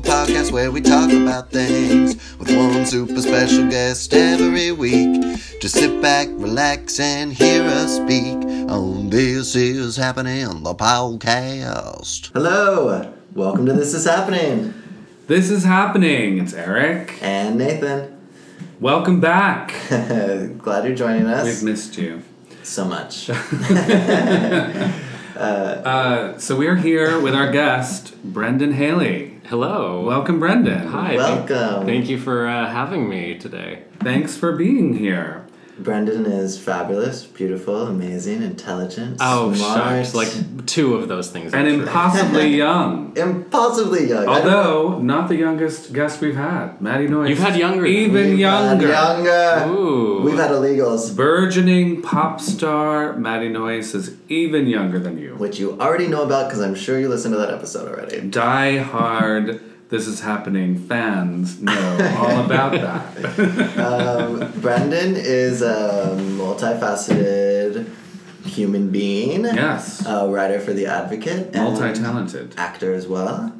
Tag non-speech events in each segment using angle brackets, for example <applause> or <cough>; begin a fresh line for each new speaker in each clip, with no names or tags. podcast where we talk about things with one super special guest every week. Just sit back, relax, and hear us speak on This Is Happening, the podcast. Hello, welcome to This Is Happening,
This is happening. It's Eric.
and Nathan. <laughs>
Welcome back.
Glad you're joining
We've
us
missed you.
so
<laughs>
much.
Uh, so we are here with our guest, Brendan Haley.
Hello.
Welcome, Brendan.
Hi. thank-
Welcome.
Thank you for uh, having me today.
Thanks for being here.
Brendan is fabulous, beautiful, amazing, intelligent,
Oh,
smart,
shucks. Like two of those things.
And
actually.
impossibly young.
impossibly young. I don't-
Although, not the youngest guest we've had. Maddie Noyes.
You've had younger than
Even
me.
younger.
Younger.
Ooh.
We've had illegals,
Burgeoning pop star Maddie Noyes is even younger than you.
which you already know about because I'm sure you listened to that episode already.
Die hard, this is happening fans know all about that.
<laughs>
<laughs>
Um, Brendan is a multifaceted human being.
yes.
A writer for The Advocate. and
Multi talented.
Actor as well.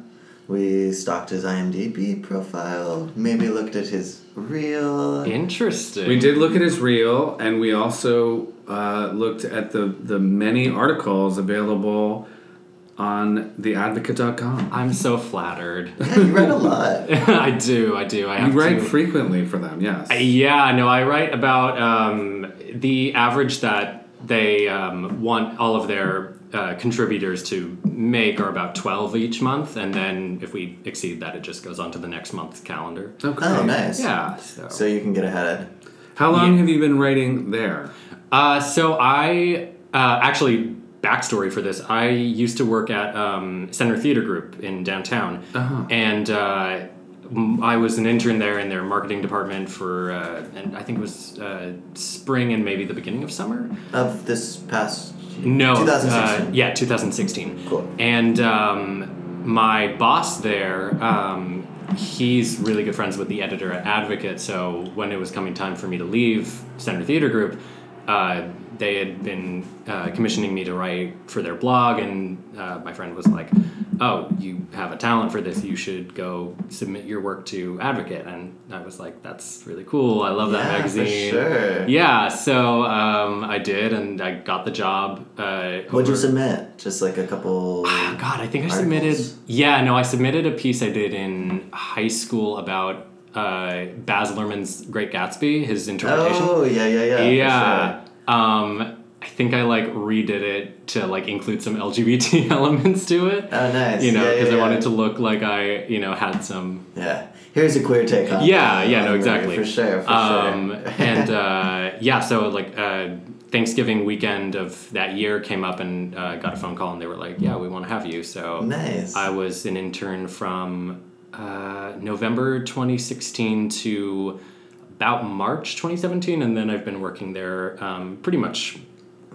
We stalked his IMDb profile, maybe looked at his real.
Interesting.
We did look at his reel, and we also uh, looked at the the many articles available on theadvocate.com.
I'm so flattered. <laughs>
Yeah, you read a lot.
I do. I do. I
You
have
write
to.
frequently for them, yes.
yeah. No, I write about um, the average that they um, want all of their uh, contributors to make are about 12 each month, and then if we exceed that, it just goes on to the next month's calendar.
Okay.
Oh, nice.
Yeah. So.
So you can get ahead.
How long have you been writing there?
Uh, so I uh, actually backstory for this. I used to work at um, Center Theater Group in downtown,
Uh-huh.
and uh, m- I was an intern there in their marketing department for, uh, and I think it was uh, spring and maybe the beginning of summer.
Of this past.
No,
2016.
Uh, yeah, 2016.
Cool.
And um, my boss there, um, he's really good friends with the editor at Advocate. So when it was coming time for me to leave Center Theater Group, uh, they had been uh, commissioning me to write for their blog, and uh, my friend was like, "Oh, you have a talent for this. You should go submit your work to Advocate." And I was like, "That's really cool. I love that
Yeah, for
magazine."
sure.
Yeah, so um, I did, and I got the job. Uh,
What'd you
over-
submit? Just like a <sighs> couple.
Oh, God, I think
Articles?
I submitted. Yeah, no, I submitted a piece I did in high school about uh, Baz Luhrmann's Great Gatsby, his interpretation.
Oh, yeah, yeah, yeah. for
yeah. Um, I think I like redid it to like include some LGBT <laughs> elements to it.
Oh, nice.
You know,
Yeah,
because
yeah,
I
yeah.
wanted to look like I, you know, had some
sure. Yeah. Here's a queer take on
yeah, yeah,
on
no,
Mary,
exactly.
For sure, for
um,
sure.
and uh, yeah, so like uh, Thanksgiving weekend of that year came up and uh, got a phone call and they were like, yeah, we want to have you. So
Nice.
I was an intern from uh, November 2016 to about March 2017, and then I've been working there um, pretty much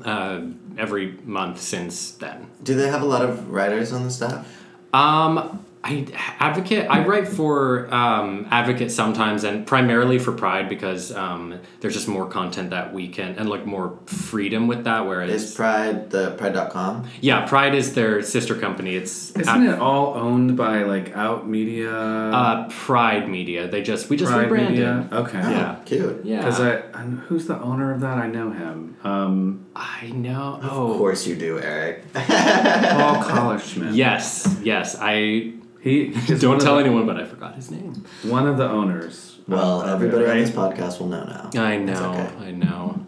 uh, every month since then.
Do they have a lot of writers on the staff?
Um, I advocate. I write for um, advocate sometimes, and primarily for Pride because um, there's just more content that weekend and like more freedom with that.
Is
Whereas,
Pride the Pride.com?
yeah, Pride is their sister company. It's
Isn't it all owned by like Out Media?
uh, Pride Media. They just we just
Pride
rebranded.
Media? Okay.
Oh,
Yeah.
Cute.
Yeah,
Because I, I'm, who's the owner of that? I know him. Um,
I know.
Of
Oh,
course you do, Eric. <laughs>
Paul Collishman.
yes, yes. I <laughs>
He is one
don't
of
tell
the-
anyone, but I forgot his name.
One of the owners.
Well,
of it,
everybody on
right?
this podcast will know now.
I know.
okay.
I know.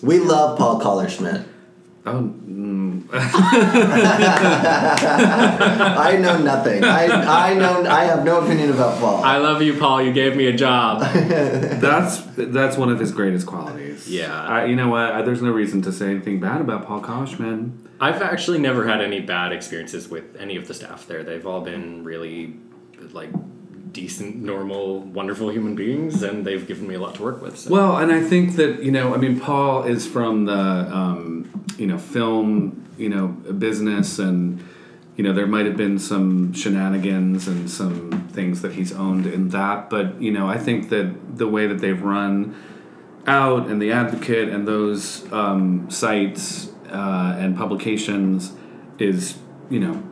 We love Paul Collerschmidt.
Oh, mm.
I know nothing. I, I know I have no opinion about Paul.
I love you, Paul. You gave me a job.
That's that's one of his greatest qualities.
Yeah.
I, you know what? I, there's no reason to say anything bad about Paul Koshman.
I've actually never had any bad experiences with any of the staff there. They've all been really like decent, normal, wonderful human beings, and they've given me a lot to work with. So.
Well, and I think that you know, I mean, Paul is from the um, you know film you know business, and you know there might have been some shenanigans and some things that he's owned in that, but you know, I think that the way that they've run out and the Advocate and those um, sites uh, and publications is you know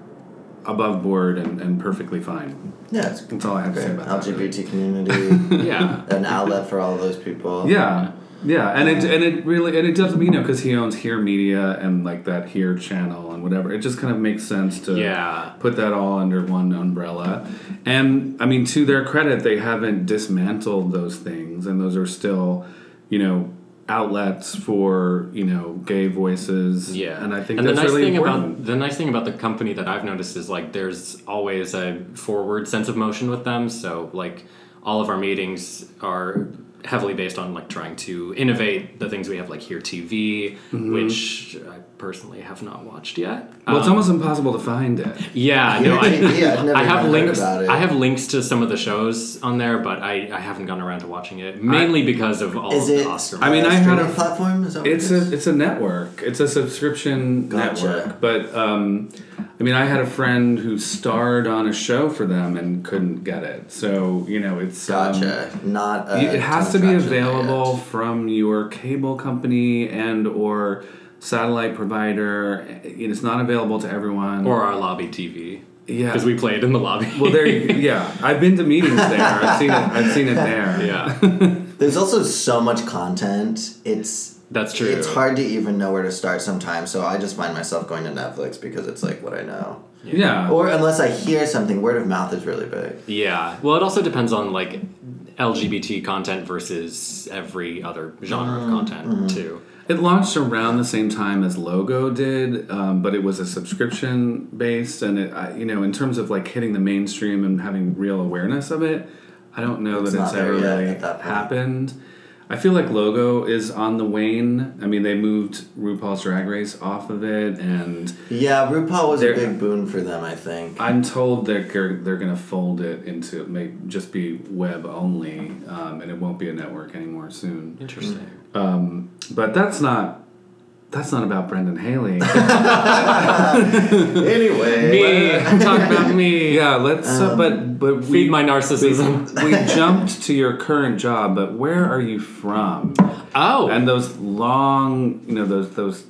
above board and, and perfectly fine.
Yeah, it's
That's all I have to say
great.
about that, really.
LGBT
<laughs>
community,
yeah.
<laughs>
an outlet for all those people.
Yeah, yeah, and it and it really and it does you know because he owns Here Media and like that Here channel and whatever. It just kind of makes sense to
Yeah.
put that all under one umbrella. And I mean, to their credit, they haven't dismantled those things, and those are still, you know. Outlets for you know gay voices,
Yeah,
and I think
the
that's
nice
really
thing
important.
about the nice thing about the company that I've noticed is like there's always a forward sense of motion with them. So like all of our meetings are heavily based on like trying to innovate the things we have like here TV, which I personally have not watched yet.
Mm-hmm. well, it's
Um,
almost impossible to find it.
yeah,
<laughs>
no, I,
<laughs> Yeah, I've never
I have
even heard
links.
about it.
I have links to some of the shows on there, but I, I haven't gotten around to watching it mainly because of all
Is
of the
it-
Oscar.
I mean,
Uh,
I had a-
streaming platform. Is that what
It's
it is?
a it's a network. It's a subscription
Gotcha.
network. But um, I mean, I had a friend who starred on a show for them and couldn't get it. So you know, it's um,
gotcha. Not. A
you- it has to be
contraction
available
yet.
from your cable company and or satellite provider. It- It's not available to everyone.
or our lobby TV.
Yeah.
because we played in the lobby.
well, there. You, yeah, I've been to meetings there. I've seen it. I've
<laughs>
seen it there.
<laughs> yeah,
There's also so much content. It's
that's true.
it's hard to even know where to start sometimes. So I just find myself going to Netflix because it's like what I know.
Yeah.
Or unless I hear something, word of mouth is really big.
Yeah. Well, it also depends on like LGBT content versus every other genre of content too.
It launched around the same time as Logo did, um, but it was a subscription based, and it, I, you know, in terms of like hitting the mainstream and having real awareness of it, I don't know that
not
it's
there
ever
yet
really
at that point.
happened. I feel like Logo is on the wane. I mean, they moved RuPaul's Drag Race off of it, and
Yeah, RuPaul was
There-
a big boon for them. I think.
I'm told that they're, they're going to fold it into it may just be web only, um, and it won't be a network anymore soon.
Interesting.
But that's not that's not about Brendan Haley.
<laughs> anyway,
Me, <laughs> talk
<laughs>
about me.
Yeah,
Um,
let's. uh, but but we,
Feed my narcissism.
<laughs>
<laughs>
we jumped to your current job, but where are you from?
Oh,
And those long, you know, those those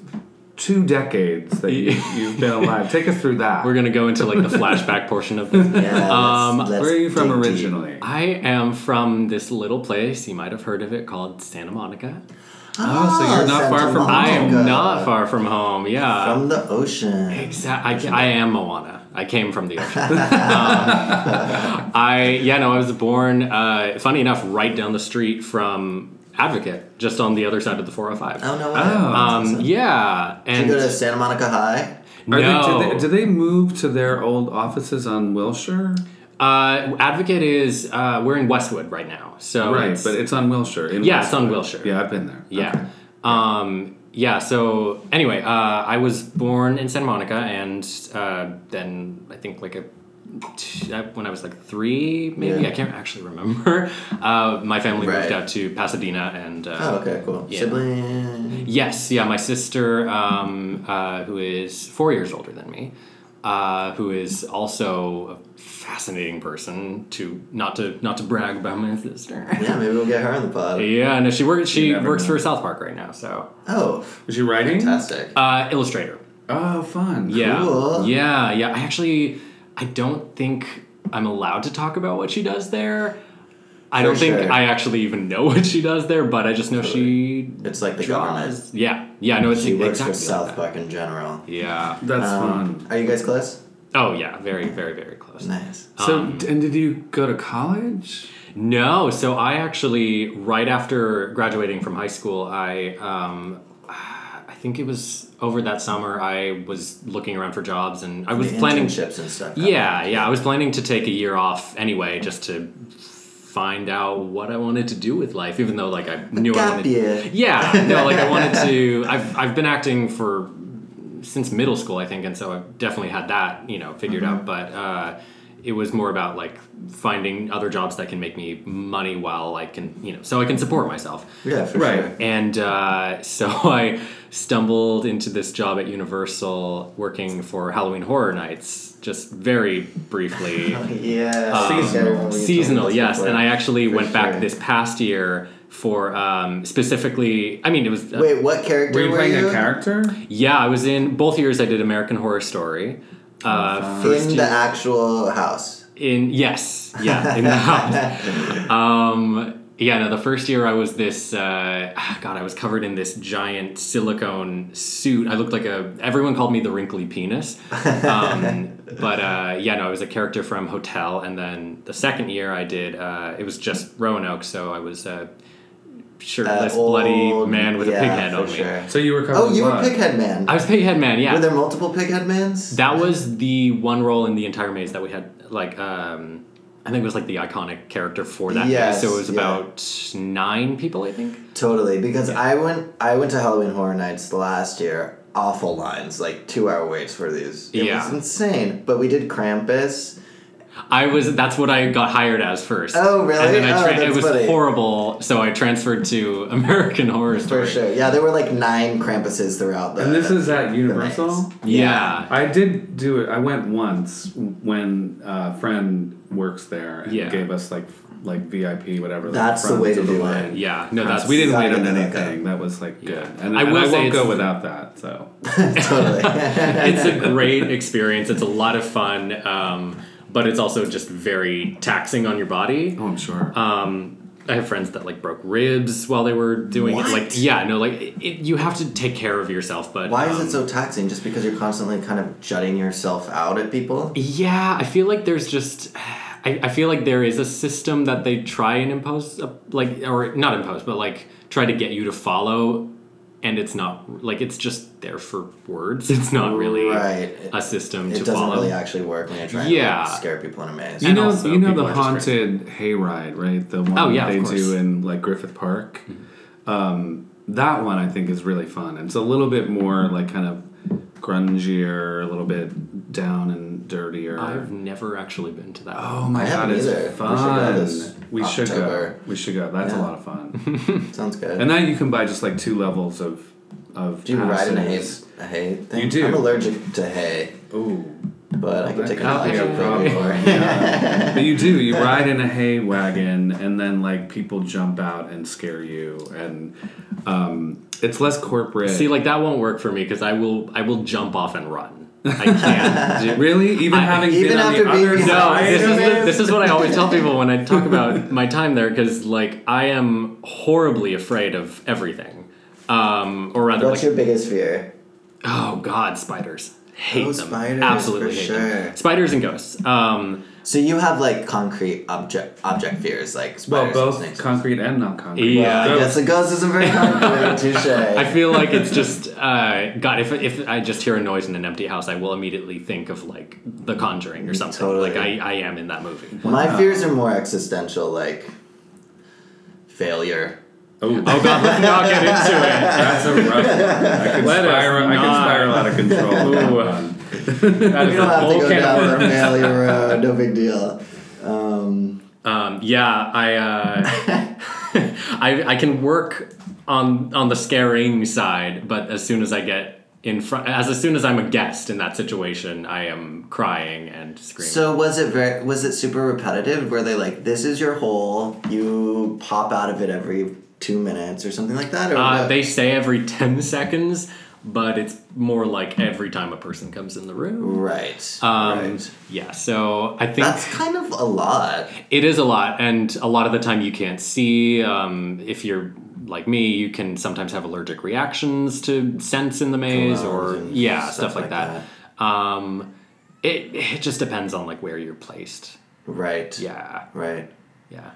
two decades that
<laughs>
you, you've been alive. Take us through that.
we're gonna go into like the flashback portion of this.
yeah, let's-
Um,
let's
where are you from
dig deep.
originally?
I am from this little place you might have heard of it called Santa Monica.
Oh,
Ah,
so you're not far from
I am
Monica.
not far from home. Yeah.
uh, From the ocean.
Exactly. I, I am Moana. I came from
<laughs>
the ocean. um, I yeah no. I was born. Uh, funny enough, right down the street from Advocate, just on the other side of the 405.
Oh no way.
Oh.
um, yeah,
you
and
go to Santa Monica High.
Are
no.
they, do, they, do they move to their old offices on Wilshire?
uh, Advocate is uh, we're in Westwood right now. So
right,
it's-
but it's on Wilshire. in
Yeah, it's on
Wilshire.
Wilshire.
Yeah, I've been there.
Yeah.
Okay.
Um, yeah. So anyway, uh, I was born in Santa Monica, and uh, then I think like a t- uh, when I was like three, maybe
Yeah.
I can't actually remember. <laughs> Uh, my family
Right.
moved out to Pasadena, and uh,
Oh, okay, cool.
Yeah.
Sibling.
yes, yeah, my sister, um, uh, who is four years older than me. Uh, who is also a fascinating person to not to not to brag about my sister.
Yeah, maybe we'll get her on the pod.
<laughs> Yeah, no, she works she
never
works
know.
for South Park right now, so
Oh,
Is she writing?
fantastic.
uh, illustrator.
Oh, fun.
Yeah.
Cool.
Yeah, yeah. I actually I don't think I'm allowed to talk about what she does there. I
For
don't think
sure.
I actually even know <laughs> what she does there, but I just know she
It's like the government.
draws. Yeah. Yeah, no, it's
She works
exactly
for
like
South
that.
Park in general.
Yeah.
That's
Um,
fun.
are you guys close?
Oh yeah, very, very, very close.
Nice.
So,
um,
and did you go to college?
No, so I actually right after graduating from high school, I um, I think it was over that summer. I was looking around for jobs, and I was
The
planning.
internships and stuff.
Yeah, yeah, I was planning to take a year off anyway, just to find out what I wanted to do with life. Even though, like, I knew I
gap
wanted.
year.
Yeah, no, like I wanted
<laughs>
to. I've I've been acting for since middle school, I think, and so I've definitely had that, you know, figured out.
Mm-hmm.
But uh, it was more about like finding other jobs that can make me money while I can, you know, so I can support myself.
Yeah, for
Right.
sure.
And uh, so <laughs> I stumbled into this job at Universal working for Halloween Horror Nights, just very
<laughs>
briefly.
Yeah.
Seasonal.
Um, seasonal yes and i actually
For
went back
sure.
this past year for um, specifically i mean it was uh,
Wait, what character
Were you playing
you?
a character?
yeah i was in both years i did american horror story Uh, first
Oh, in the
year-
actual house.
in yes, yeah,
<laughs>
in the house. Um, yeah, no, the first year I was this. Uh, God, I was covered in this giant silicone suit. I looked like a. Everyone called me the wrinkly penis.
<laughs>
Um, but uh, yeah, no, I was a character from Hotel, and then the second year I did. Uh, it was just Roanoke, so I was a shirtless,
Uh,
bloody
old-
man with a
yeah,
pig head
for
on me.
sure.
So you were covered
Oh,
in
you were
blood.
Pighead Man.
I was pig head man. Yeah,
Were there multiple Pighead Mans?
that was the one role in the entire maze that we had. Like, um, I think it was like the iconic character for that.
Yes,
maze. So it was
yeah.
about nine people, I think.
Totally, because I went I went to Halloween Horror Nights last year. Awful lines, like two hour waits for these. It
Yeah.
was insane. But we did Krampus.
I was. That's what I got hired as first.
Oh, really?
And then I
Oh,
tra- it
that's
was
funny.
horrible. So I transferred to American Horror Story.
For sure. Yeah, there were like nine Krampuses throughout the
And this is <laughs> at
the maze.
Universal.
Yeah.
I did do it. I went once when a friend works there and
Yeah.
gave us like like VIP whatever.
That's the
front
way to
the
do
line.
it.
Yeah. No, that's we didn't.
Gotta
wait on
get that
anything. That was like good. And
I
I, and
will
I
say
won't
it's-
go without that. So
<laughs> Totally.
it's a
<laughs>
great experience. It's a lot of fun. Um, but it's also just very taxing on your body.
I'm sure.
Um, I have friends that like broke ribs while they were doing it. Like,
What?
yeah, no, like it, it- you have to take care of yourself. But
Why is
um,
it so taxing? Just because you're constantly kind of jutting yourself out at people?
Yeah, I feel like there's just. I, I feel like there is a system that they try and impose, uh, like or not impose, but like try to get you to follow, and it's not like it's just there for words. <laughs> It's not really
Right. It,
a system
it
to
doesn't
follow.
really actually work when you're trying
Yeah.
to like, scare people in a maze.
you know,
also
you know
people
the
are just
haunted hayride, right? The one
Oh, yeah,
they
of course.
do in like Griffith Park.
Mm-hmm.
Um, that one I think is really fun. It's a little bit
Mm-hmm.
more like kind of grungier, a little bit down and dirtier.
I've never actually been to that.
Oh my
I
god,
haven't
it's
either. We should go this
fun. We should go.
October.
We should go. That's a
Yeah.
lot
<laughs>
of fun.
Sounds good.
and then you can buy just like two levels of of.
do you ride in a hay,
passes.
a hay thing?
You do.
I'm allergic to hay,
Ooh.
but I can take an
That could be a
allergic for <laughs>
problem. Yeah. but you do. You ride in a hay wagon, and then like people jump out and scare you, and um, it's less corporate.
See, like that won't work for me because I will I will jump off and run.
<laughs>
I can't. do-
really, even
I-
having
Even
been
after
on
being
the other
behind
No,
side,
this is,
of it?
the- this is what I always tell people when I talk
<laughs>
about my time there because, like, I am horribly afraid of everything. Um, or rather,
What's
like,
your biggest fear?
oh god, spiders. Hate
Oh,
them.
spiders,
Absolutely
for
hate
sure.
them. Spiders and ghosts. Um,
So you have like concrete object object fears, like
well,
spiders and
both
snakes.
concrete and non concrete.
Yeah.
I
Those-
guess a ghost isn't
<laughs>
very concrete. Touche.
I feel like
<laughs>
it's just uh, God. If if I just hear a noise in an empty house, I will immediately think of like The Conjuring or something.
Totally.
Like I, I am in
<laughs>
that movie.
My fears are more existential, like failure.
Oh,
Oh God, let's not get into it.
that's a rough one. I can
Let
spiral. I
us
can
not.
spiral out of control. Ooh.
That
You
is
don't
a
have to
whole
go
can of
down
worms.
the failure road. No big deal. Um,
Um, yeah, I,
<laughs>
uh, <laughs> I I can work on on the scaring side, but as soon as I get in front, as, as soon as I'm a guest in that situation, I am crying and screaming.
so was it very? Was it super repetitive? Were they like, "This is your hole. You pop out of it every two minutes or something like that"? Or
uh,
what?
they say every ten seconds, but it's more like every time a person comes in the room.
right.
Um,
right.
Yeah, so I think
That's kind of a lot.
It is a lot, and a lot of the time you can't see. Um, if you're like me, you can sometimes have allergic reactions to scents in the maze,
Colognes
or
and
yeah,
stuff
stuff, like,
like
that. Um, it it just depends on like where you're placed.
Right.
Yeah,
Right.
yeah.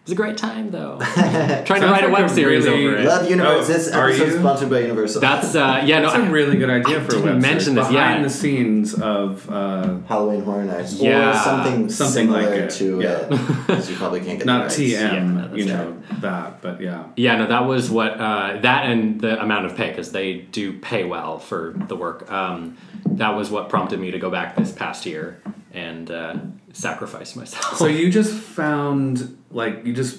It was a great
<laughs>
time though. Trying to write a
like
web
a
series
really-
over it.
Love Universe.
Oh,
this
are
episode is
you?
sponsored by Universal.
That's uh, yeah.
That's
no,
a really good idea
I
for a
didn't
website.
mention this,
Behind
yeah.
the scenes of uh,
<laughs> Halloween Horror Nights.
Yeah,
Or something,
something
similar
like it.
to
Yeah.
it. <laughs> Because you probably can't get
not
the rights.
Yeah,
TM,
that's
you know that, but yeah.
Yeah, no, that was what uh, that and the amount of pay because they do pay well for the work. Um, that was what prompted me to go back this past year and uh, sacrifice myself.
So you just found like you just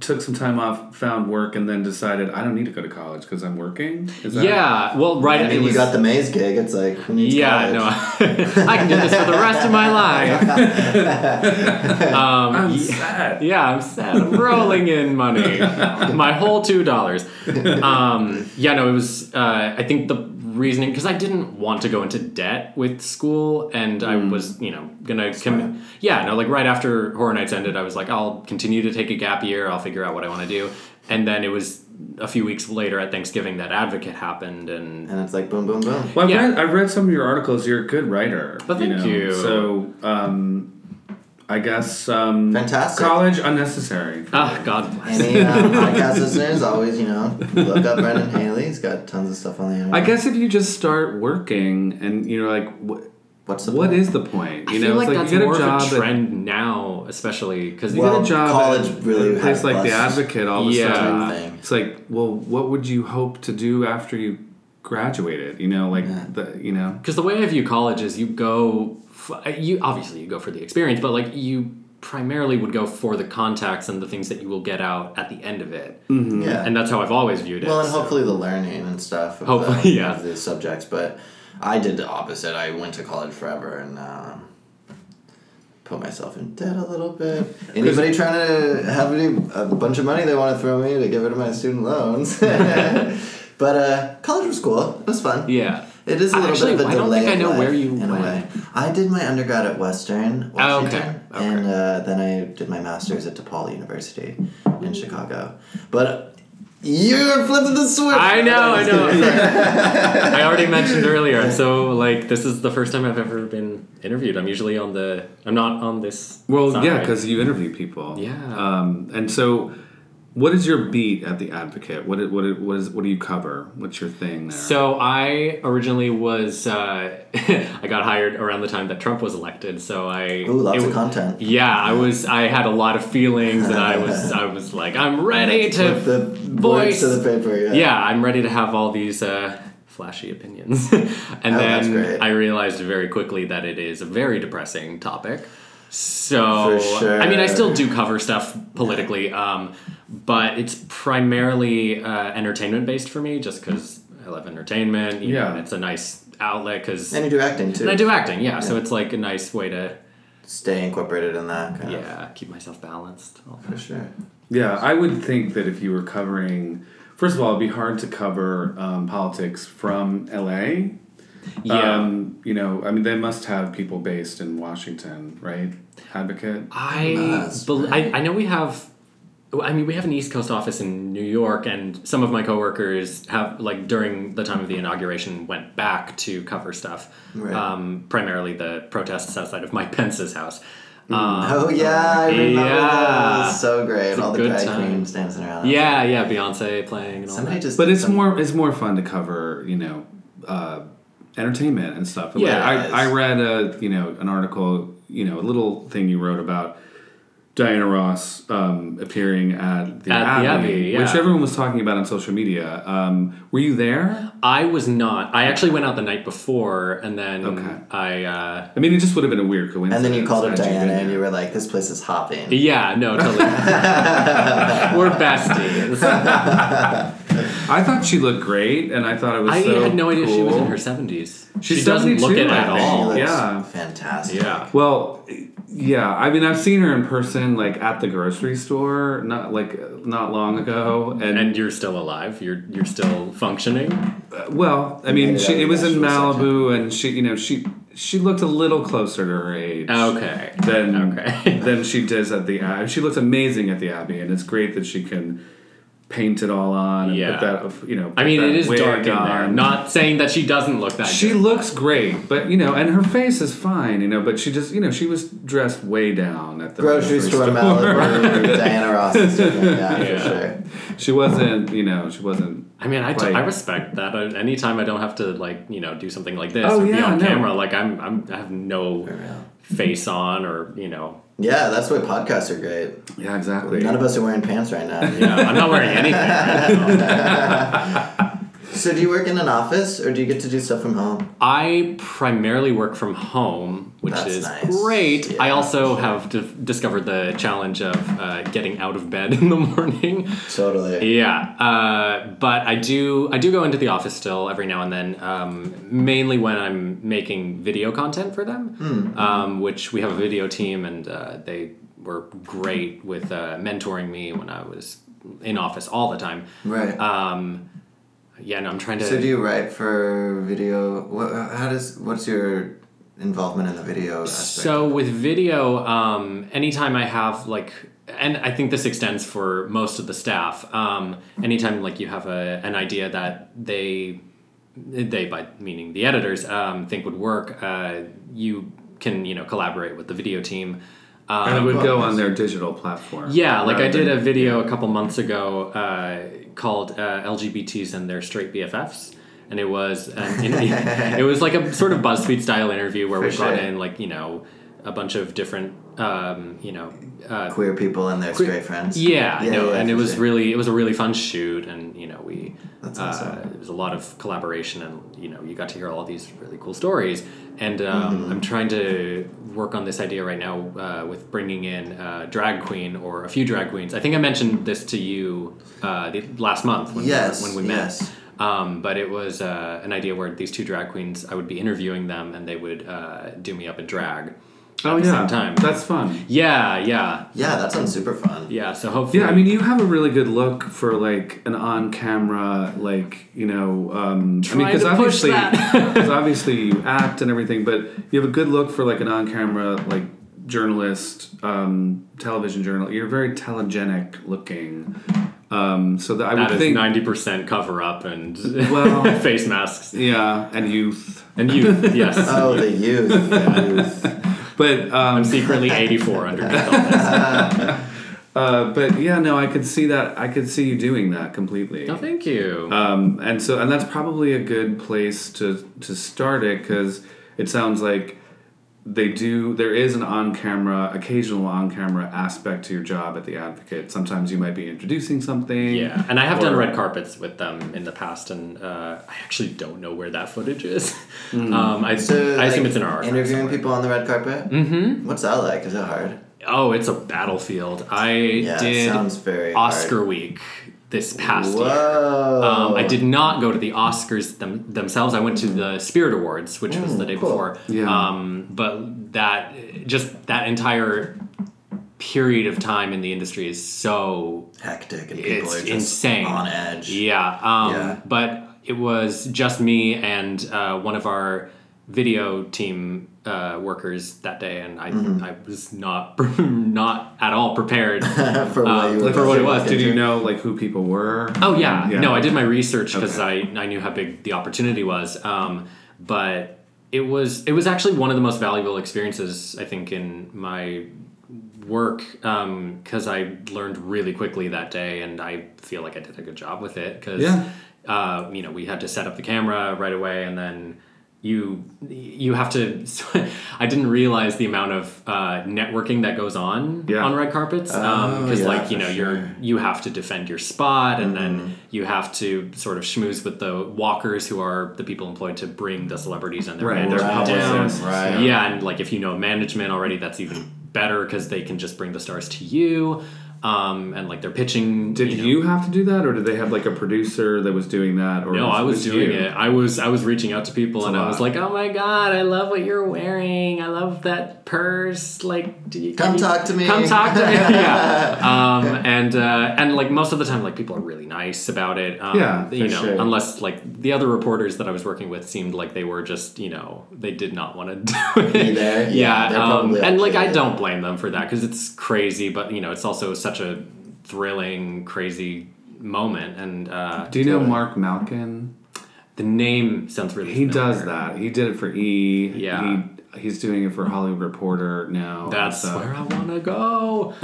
took some time off, found work, and then decided I don't need to go to college because I'm working. Is that
<laughs> yeah, well, right.
I mean,
it
you
was,
got the maze gig. It's like, who needs
yeah, no, <laughs> I can do this for the rest of my life. um,
I'm
y-
sad. <laughs>
Yeah, I'm sad. I'm rolling in money. My whole two dollars. Um, yeah, no, it was. Uh, I think the reasoning because I didn't want to go into debt with school, and I was, you know, gonna commit. Yeah, no, like right after Horror Nights ended, I was like, I'll continue to take a gap year. I'll figure out what I want to do, and then it was a few weeks later at Thanksgiving that Advocate happened, and
and it's like boom, boom,
<laughs>
boom.
Well, I,
Yeah.
read, I read some of your articles. You're a good writer.
Well, thank you.
So, um, I guess um,
Fantastic.
college unnecessary.
ah, God bless.
Any um, podcast listeners, always, you know, look up Brendan Haley. He's got tons of stuff on the internet.
I guess if you just start working and you know, like, wh-
What's the
what
point?
is the point? You
I
know,
feel
it's
like,
like
that's
you get
more
a job.
of a
at-
trend now, especially because
you
Well,
get a job
college
at
really
a place
had
like the
less
Advocate. All of a
Yeah.
sudden,
thing.
it's like, well, what would you hope to do after you graduated? You know, like the you know,
because the way I view college is you go, f- you obviously you go for the experience, but like you primarily would go for the contacts and the things that you will get out at the end of it,
Mm-hmm.
yeah.
and that's how I've always viewed it.
well, and
so-
hopefully the learning and stuff. Of the,
Hopefully, yeah.
Of the subjects, but I did the opposite. I went to college forever and um, put myself in debt a little bit.
<laughs>
Anybody trying to have any a bunch of money they want to throw me to get rid of my student
<laughs>
loans. <laughs> but uh, college was cool. It was fun.
yeah.
It is a
I
little
actually-
bit of a
I don't
delay
think I
of
know
life,
where you
in a
went.
way. I did my undergrad at Western
Oh, okay.
Washington,
Okay.
and uh, then I did my master's at DePaul University in Chicago. But you're flipping the switch.
I know, I know.
<laughs>
I already mentioned earlier, and so like this is the first time I've ever been interviewed. I'm usually on the, I'm not on this.
Well,
side.
yeah, because you interview people.
Yeah.
Um, and so, what is your beat at the Advocate? What it- what it- what is what do you cover? What's your thing there?
So I originally was uh, <laughs> I got hired around the time that Trump was elected. So I
Ooh, lots
it
of
w-
content.
Yeah, I was. I had a lot of feelings, and I was. I was like, I'm ready to
With the voice
voice.
to the paper. Yeah.
yeah, I'm ready to have all these uh, flashy opinions. <laughs> and
that's
then
great.
I realized very quickly that it is a very depressing topic. So,
For sure.
I mean, I still do cover stuff politically, um, but it's primarily uh, entertainment based for me just because I love entertainment. you know,
Yeah.
and it's a nice outlet because.
And
And
you do acting too.
I do acting, yeah, so it's like a nice way to,
Stay incorporated in that kind of.
yeah, keep myself balanced. all that.
For sure.
yeah, I would think that if you were covering, first of all, it'd be hard to cover um, politics from LA.
Yeah.
Um, you know, I mean, they must have people based in Washington, right? Advocate.
I,
Nice.
bel I I know we have. I mean, we have an East Coast office in New York, and some of my coworkers have like during the time of the inauguration went back to cover stuff,
Right.
um, primarily the protests outside of Mike <laughs> Pence's house.
Mm.
Um,
Oh yeah, I remember that. It
Yeah.
was so great.
a
All the
good
drag
time.
queens dancing around.
yeah, yeah, Beyonce playing and all
Somebody
that.
just.
But
did
it's
some-
more it's more fun to cover, you know, uh, entertainment and stuff. Like,
Yeah,
I,
it is.
I read a you know an article, you know, a little thing you wrote about Diana Ross um, appearing at the
At
Abbey,
the Abbey, yeah.
which everyone was talking about on social media. Um, were you there?
I was not. I actually went out the night before, and then
Okay.
I. Uh,
I mean, it just would have been a weird
And
coincidence.
then you called up
had been
Diana, and
there.
you were like, "This place is hopping."
yeah, no,
<laughs>
totally. We're besties.
I thought she looked great, and I thought it was.
I
so
had no idea she was in
cool.
her seventies.
She's
she doesn't look
72,
it
I
at
think.
And she
all.
looks
yeah.
Fantastic.
Oh, Yeah.
Well, yeah. I mean, I've seen her in person, like at the grocery store, not like not long ago, and,
And you're still alive. You're you're still functioning.
uh, well, I mean,
made it
she,
out of
it was in
the actual
Malibu, and she, you know, she she looked a little closer to her age.
Oh, Okay.
Than
Okay. <laughs>
than she does at the Abbey. She looks amazing at the Abbey, and it's great that she can paint it all on and
Yeah.
put that, you know.
I mean,
put
it
that
is
wig
dark in there.
on.
Not saying that she doesn't look that.
She
good.
looks great, but you know, and her face is fine, you know, but she just, you know, she was dressed way down at the
Grocery store
<laughs>
Malibu, Diana Ross. and stuff like that,
Yeah.
for sure.
She wasn't, you know, she wasn't.
I mean, I, t-
Like-
I respect that. I, anytime I don't have to like you know do something like this
Oh,
or be
yeah,
on
no.
camera, like I'm, I'm I have no face on or you know.
Yeah, that's why podcasts are great.
Yeah, exactly.
None of us are wearing pants right now.
<laughs> Yeah, I'm not wearing anything.
<laughs>
right now.
so, do you work in an office, or do you get to do stuff from home?
I primarily work from home, which
That's
is
nice.
great. I
Yeah.
also have d- discovered the challenge of uh, getting out of bed <laughs> in the morning.
Totally.
Yeah, uh, but I do I do go into the office still every now and then, um, mainly when I'm making video content for them, um, which we have a video team and uh, they were great with uh, mentoring me when I was in office all the time.
Right.
Um, yeah, no, I'm trying to.
So do you write for video? What, how does what's your involvement in the video aspect?
So with video, um, anytime I have like, and I think this extends for most of the staff. Um, anytime like you have a, an idea that they, they by meaning the editors um, think would work, uh, you can you know collaborate with the video team. Um,
and it would go on their digital platform.
Yeah, like I
rather
did
than-
a video a couple months ago uh, called uh, "LGBTs and Their Straight BFFs," and it was an,
<laughs>
it was like a sort of BuzzFeed style interview where
For
we brought
sure.
in like you know a bunch of different um, you know uh,
queer people and their straight friends.
yeah,
Yeah,
no,
yeah,
and it
for
was
sure.
really it was a really fun shoot, and you know we
That's
uh,
awesome.
it was a lot of collaboration, and you know you got to hear all these really cool stories. And um,
Mm-hmm.
I'm trying to work on this idea right now uh, with bringing in a drag queen or a few drag queens. I think I mentioned this to you uh, the, last month when
Yes,
we, when we met.
yes.
Um, but it was uh, an idea where these two drag queens, I would be interviewing them, and they would uh, do me up in drag
Oh
at the
yeah,
same time.
that's fun.
yeah, yeah,
Yeah, that sounds super fun.
yeah. So hopefully,
Yeah, I mean, you have a really good look for like an on-camera, like you know, um, I mean,
Trying to push
obviously, <laughs>
that.
because obviously you act and everything, but you have a good look for like an on-camera, like journalist, um, television journal. You're very telegenic looking, um, so that I
That
would
is
think,
ninety percent cover up and
Well-
<laughs> face masks
yeah, and youth,
and youth. Yes,
<laughs> Oh, the
<laughs>
youth. The youth.
but um,
I'm secretly eighty four underneath
<laughs>
all this.
uh, but yeah, no, I could see that. I could see you doing that completely.
No, thank you.
um, and so and that's probably a good place to to start it because it sounds like they do there is an on-camera occasional on-camera aspect to your job at the advocate sometimes you might be introducing something
yeah, and I have done
or-
red carpets with them in the past, and uh, I actually don't know where that footage is. Um, I,
Hmm. So,
I assume
like,
it's in our archive
interviewing
somewhere.
people on the red carpet. Mm-hmm. What's that like? Is it hard?
Oh, it's a battlefield. I
it
did
sounds very
Oscar
hard.
Week this past year.
Whoa!
Um, I did not go to the Oscars them, themselves. I went to the Spirit Awards, which was the day
Hmm, cool.
before.
Yeah.
Um, but that just that entire period of time in the industry is so
hectic, and people
it's
are just
insane
on edge.
Yeah. Um,
Yeah.
But it was just me and uh, one of our video team uh, workers that day, and I
Mm-hmm.
I was not <laughs> not at all
<laughs>
prepared.
for what,
Um,
you
like,
were
for what it
talking
was,
about.
did you know like who people were
Oh yeah.
Yeah.
no, I did my research because I, I knew how big the opportunity was. Um, but it was it was actually one of the most valuable experiences I think in my work because I learned really quickly that day, and I feel like I did a good job with it because
Yeah.
uh, you know we had to set up the camera right away, and then. You you have to. <laughs> I didn't realize the amount of uh, networking that goes on
Yeah.
on red carpets because,
Oh, yeah,
like you
for
know, you're
sure. Mm-hmm.
you have to defend your spot and then you have to sort of schmooze with the walkers who are the people employed to bring the celebrities and their
Right,
management
their
down.
publicists,
right.
Yeah, and like if you know management already, that's even better because they can just bring the stars to you. Um, and like they're pitching.
did
you, know-
you have to do that or did they have like a producer that was doing that or
no, I was doing
you?
it. I was I was reaching out to people
a
and I
lot.
was like, "Oh my god, I love what you're wearing. I love that purse. Like, do you
Come
can you-
talk to me."
Come talk
<laughs>
to me." yeah. Um, and uh, and like most of the time, like people are really nice about it. Um,
Yeah,
you
for
know,
sure.
unless like the other reporters that I was working with seemed like they were just you know they did not want to <laughs> do it
Be there. Yeah,
Yeah,
they're
um,
probably
and like I
updated.
don't blame them for that because it's crazy, but you know it's also such a thrilling, crazy moment and uh,
do you know mark malkin
the name sounds really.
he
familiar.
does that he did it for e
Yeah.
he, he's doing it for hollywood reporter now
That's uh,
So-
where I want to <laughs> go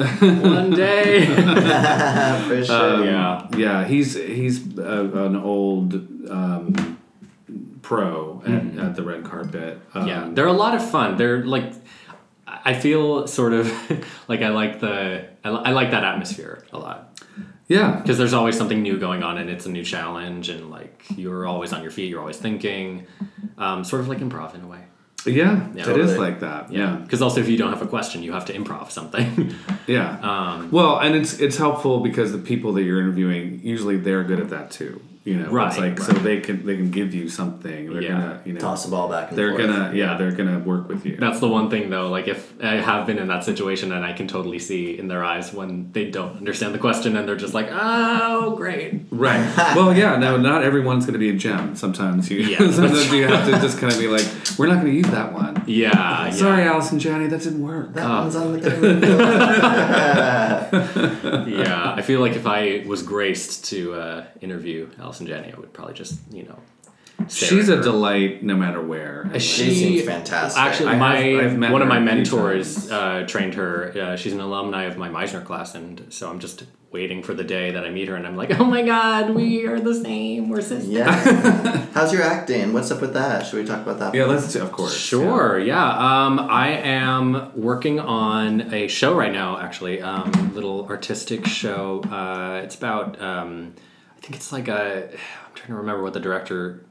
one day.
for sure.
<laughs> Uh, yeah.
Yeah, he's he's a, an old um, pro at, at the red carpet. Um,
Mm-hmm. Yeah. They're a lot of fun. They're like, I feel sort of <laughs> like I like the, I, li- I like that atmosphere a lot
yeah,
because there's always something new going on and it's a new challenge and like you're always on your feet, you're always thinking, um, sort of like improv in a way.
yeah. it
Totally.
is like that. Yeah,
Because also if you don't have a question, you have to improv something. <laughs>
yeah.
um,
well, and it's it's helpful because the people that you're interviewing usually they're good at that too. You know,
Right,
it's like so
right.
they can they can give you something. They're
Yeah.
gonna you know
Toss the ball back and
they're
forth.
gonna yeah they're gonna work with you.
That's the one thing though, like if I have been in that situation and I can totally see in their eyes when they don't understand the question and they're just like, "Oh, great."
Right.
<laughs>
Well, yeah. No, not everyone's going to be a gem. Sometimes you,
Yeah.
<laughs> sometimes you have to just kind of be like, we're not going to use that one.
Yeah, yeah.
Sorry, Alice and Johnny, that didn't work.
That
uh,
one's on the
<laughs>
game.
Yeah, I feel like if I was graced to uh, interview Alison Janney, I would probably just, you know, stare
She's
at
a
her.
delight, no matter where.
She-
she seems fantastic.
Actually,
I have-
my
I've met
one of
her a
my
few
mentors
times.
uh, trained her. Uh, she's an alumni of my Meisner class, and so I'm just waiting for the day that I meet her, and I'm like, "Oh my God, we are the same. We're sisters." <laughs>
yeah. How's your acting? What's up with that? Should we talk about that?
yeah, let's do- of course.
Sure. Yeah. Um, I am working on a show right now, actually, um, little artistic show. Uh, it's about, um, I think it's like a, I'm trying to remember what the director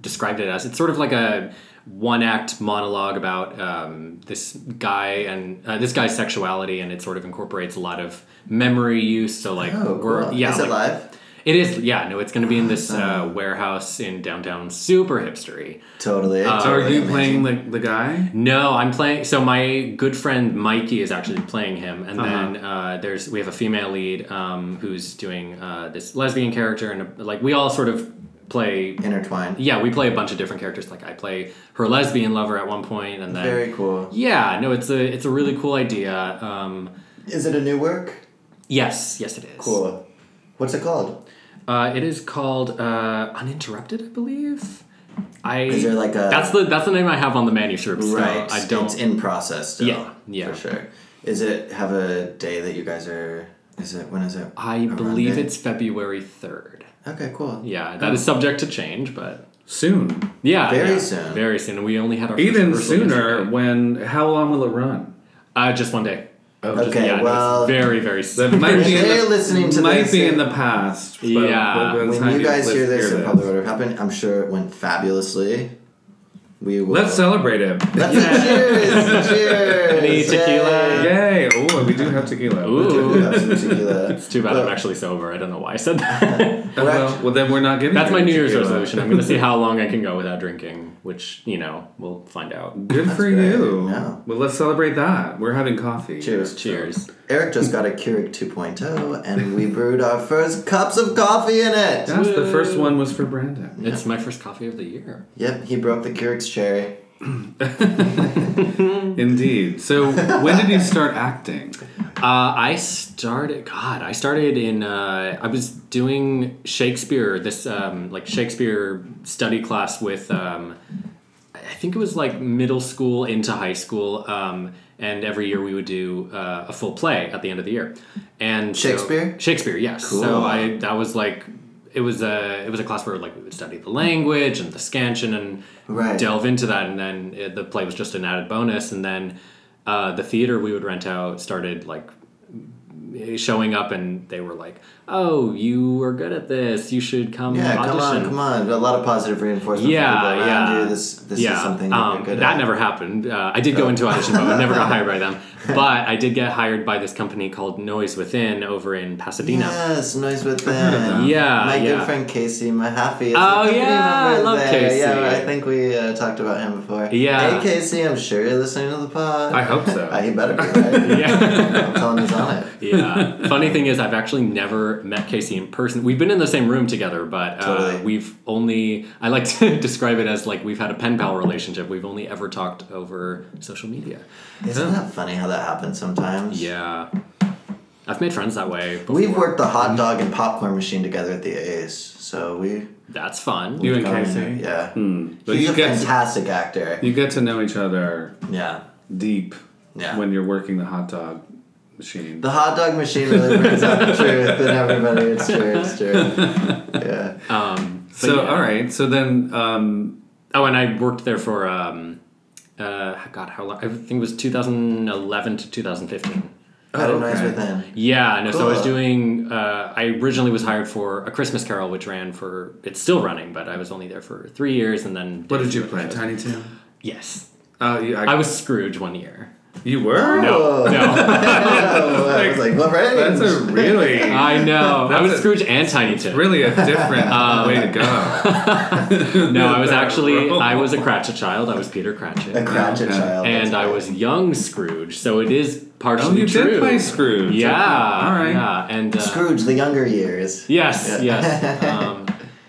described it as. It's sort of like a one act monologue about um, this guy and uh, this guy's sexuality, and it sort of incorporates a lot of memory use. So like,
Oh,
we're
cool.
yeah,
Is
like,
it live? Oh,
It is. Yeah. No, it's going to be in this uh, warehouse in downtown, super hipstery.
Totally.
uh,
So are
totally
you
amazing.
playing the, the guy?
No, I'm playing. So my good friend Mikey is actually playing him,
Uh-huh.
and then uh, there's we have a female lead um, who's doing uh, this lesbian character, and uh, like we all sort of play.
intertwined?
Yeah, we play a bunch of different characters. Like I play her lesbian lover at one point, and then
Very cool.
yeah, no, it's a it's a really cool idea. Um,
Is it a new work?
yes, yes, it is.
Cool. What's it called?
Uh, it is called uh, Uninterrupted, I believe. I
Is there like a-
that's the that's the name I have on the manuscript. so
Right.
I don't.
It's in process. Still,
Yeah, yeah.
For sure. Is it have a day that you guys are? Is it when is it?
I
around
believe
it?
it's February third.
Okay. Cool.
Yeah, that is subject to change, but
Soon.
yeah,
Very
yeah,
soon.
very soon. We only had our
Even
first rehearsal
sooner.
yesterday.
When? How long will it run?
Uh, just one day.
Oh,
Okay,
yeah, no, it's
well-
very very
That
<laughs> soon.
might be in
They're
the,
listening to
might
this
be
in-
in the past. but-
Yeah.
but by the
When
time
you guys
listen-
hear this, it probably would have happened. I'm sure it went fabulously. We will.
Let's
<laughs>
celebrate it.
Let's uh, cheers! Cheers!
Any tequila?
<laughs> Yay! Oh, we do have tequila.
We
Ooh,
have some
<laughs>
tequila.
it's too bad I'm actually sober. I don't know why I said that.
Oh, well, well, then we're not giving.
<laughs> That's
you
my New Year's
tequila.
resolution. I'm going to see how long I can go without drinking, which you know we'll find out.
Good for
great.
you.
Yeah.
Well, let's celebrate that. We're having coffee.
Cheers.
Cheers.
Eric just got a Keurig 2.0, and we brewed our first cups of coffee in it.
That's the first one was for Brandon.
It's my first coffee of the year.
Yep, he broke the Keurig's cherry.
Indeed. So, when did you
<laughs>
start acting?
Uh, I started. God, I started in. Uh, I was doing Shakespeare. This um, like Shakespeare study class with. Um, I think it was like middle school into high school, um, and every year we would do uh, a full play at the end of the year. And so-
Shakespeare?
Shakespeare, yes.
Cool.
So I that was like it was a it was a class where like we would study the language and the scansion and
Right.
delve into that, and then uh the play was just an added bonus, and then uh, the theater we would rent out started like showing up and they were like oh you were good at this you should come
Yeah,
Mm-hmm. audition
come on, come on. A lot of positive reinforcement
yeah,
from people around
yeah.
you. This, this
yeah.
is something that
um,
you're good
that
at.
never happened. Uh, I did go into audition, but I never
<laughs>
got hired by them. But I did get hired by this company called Noise Within over in Pasadena.
Yes, noise with them.
Yeah,
my
yeah.
good friend Casey Mahaffey. Is a
Oh,
company
yeah,
member
I love
there.
Casey.
Yeah, I think we uh, talked about him before.
Yeah.
hey Casey, I'm sure you're listening to the pod.
I hope so.
<laughs> Uh, he better
<laughs>
be. Right?
Yeah.
I'm telling he's on it.
<laughs>
yeah. Funny thing is, I've actually never met Casey in person. We've been in the same room together, but uh,
Totally.
we've only, I like to <laughs> describe it as like we've had a pen pal relationship. We've only ever talked over social media.
Isn't that funny how that happens sometimes?
Yeah. I've made friends that way. Before.
We've worked the hot dog and popcorn machine together at the A's, so we.
That's fun.
You and
um,
Casey.
Yeah.
Hmm.
But
He's
you
a
get to,
fantastic actor.
you get to know each other
Yeah.
deep
Yeah.
when you're working the hot dog machine.
The hot dog machine really brings out the truth in everybody. It's true. It's true. Yeah.
um, but
so,
yeah.
all right. So then, um,
Oh, and I worked there for um, uh, God, how long? I think it was 2011 to 2015.
Had a noise
okay.
within.
Yeah, no. So I was
Cool.
doing. Uh, I originally was hired for a Christmas Carol, which ran for. It's still running, but I was only there for three years, and then.
what did you play? Tiny Tim.
Yes,
Oh, you, I,
I was Scrooge one year.
You were?
No, no. <laughs>
I
<laughs>
was like, what range?
That's a really,
I know. I was
That's a-
Scrooge and Tiny Tim.
really a
<laughs>
different
Uh,
way to go.
No, I was actually
Bro.
I was a Cratchit child. I was Peter Cratchit,
a Cratchit
Okay.
child.
and
that's
I
right.
was young Scrooge. So it is partially
Oh, you
true.
did play Scrooge.
Yeah.
Okay. All right.
Yeah. And uh,
Scrooge, the younger years.
Yes.
Yeah.
<laughs>
Yes. Um,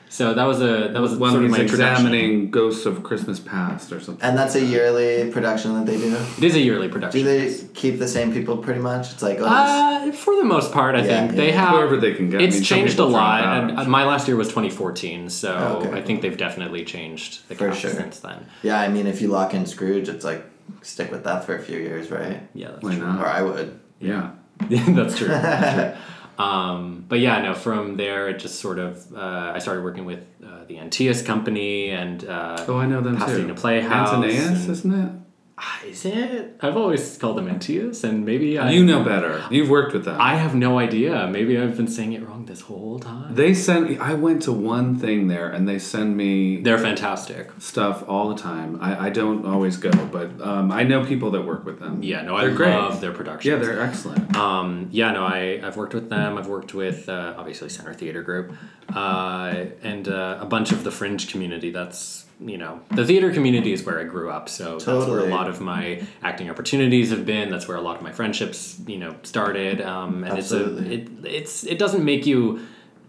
so that was a that was
One
sort of
was
my introduction.
examining Ghosts of Christmas Past or something.
And that's a yearly production that they do.
It is a yearly
Do
production.
they keep the same people pretty much? It's like, oh, this-
Uh, for the most part, I
Yeah,
think
yeah.
they have.
Whoever they can get. I
It's
mean, some
changed a
people drop
lot.
out.
and, uh, my last year was 2014, so
Okay.
I think they've definitely changed the
For
cast
sure.
since then.
yeah, I mean, if you lock in Scrooge, it's like, stick with that for a few years, right?
Yeah, that's
Why
true.
Or
not?
I would.
Yeah.
Yeah,
<laughs>
that's true. <laughs> That's true. Um, but yeah, no. From there, it just sort of uh, I started working with uh, the Antius Company and uh,
Oh, I know them
Pasadena
too.
Playhouse.
Antanas,
and-
isn't it?
Ah, is it? I've always called them Antius, and maybe I,
You know better. You've worked with them.
I have no idea. Maybe I've been saying it wrong this whole time.
they send me. I went to one thing there, and they send me
They're fantastic.
stuff all the time. I, I don't always go, but um, I know people that work with them.
Yeah, no, I
they're
love
great.
their productions.
Yeah, they're excellent.
Um, yeah, no, I, I've worked with them. I've worked with uh, obviously Center Theater Group uh, and uh, a bunch of the fringe community. That's, you know, the theater community is where I grew up. So that's where
Totally.
a lot of my acting opportunities have been. That's where a lot of my friendships, you know, started. Um, and
Absolutely.
it's a, it, it's, it doesn't make you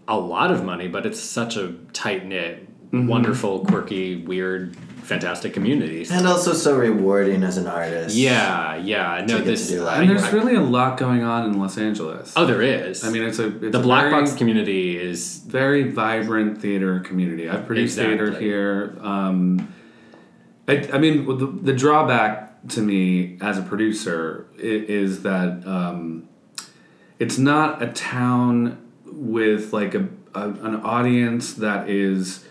a lot of money, but it's such a tight knit,
Mm-hmm.
wonderful, quirky, weird, fantastic community. So,
And also so rewarding as an artist.
yeah, yeah.
get
No,
to
this.
do that.
And there's
I-
really a lot going on in Los Angeles.
Oh, there is.
I mean, it's a it's
the
a
black
very,
box community is
very vibrant theater community. I've produced theater
Exactly.
here. Um, I, I mean, the, the drawback to me as a producer i- is that um, it's not a town with like a, a an audience that is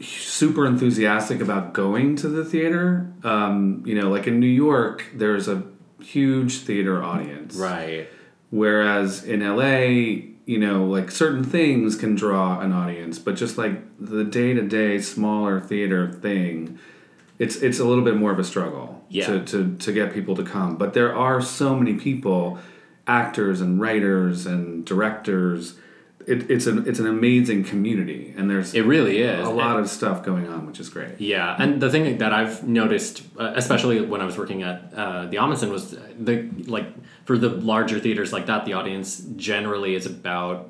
super enthusiastic about going to the theater. Um, you know, like in New York, there's a huge theater audience,
right
Whereas in LA, you know, like certain things can draw an audience, but just like the day to day smaller theater thing, it's it's a little bit more of a struggle
Yeah.
to, to, to get people to come. But there are so many people, actors and writers and directors. It, it's an it's an amazing community, and there's
it really is
a lot of stuff going on, which is great.
yeah and the thing that i've noticed uh, especially when i was working at uh, the amundsen was the like for the larger theaters like that the audience generally is about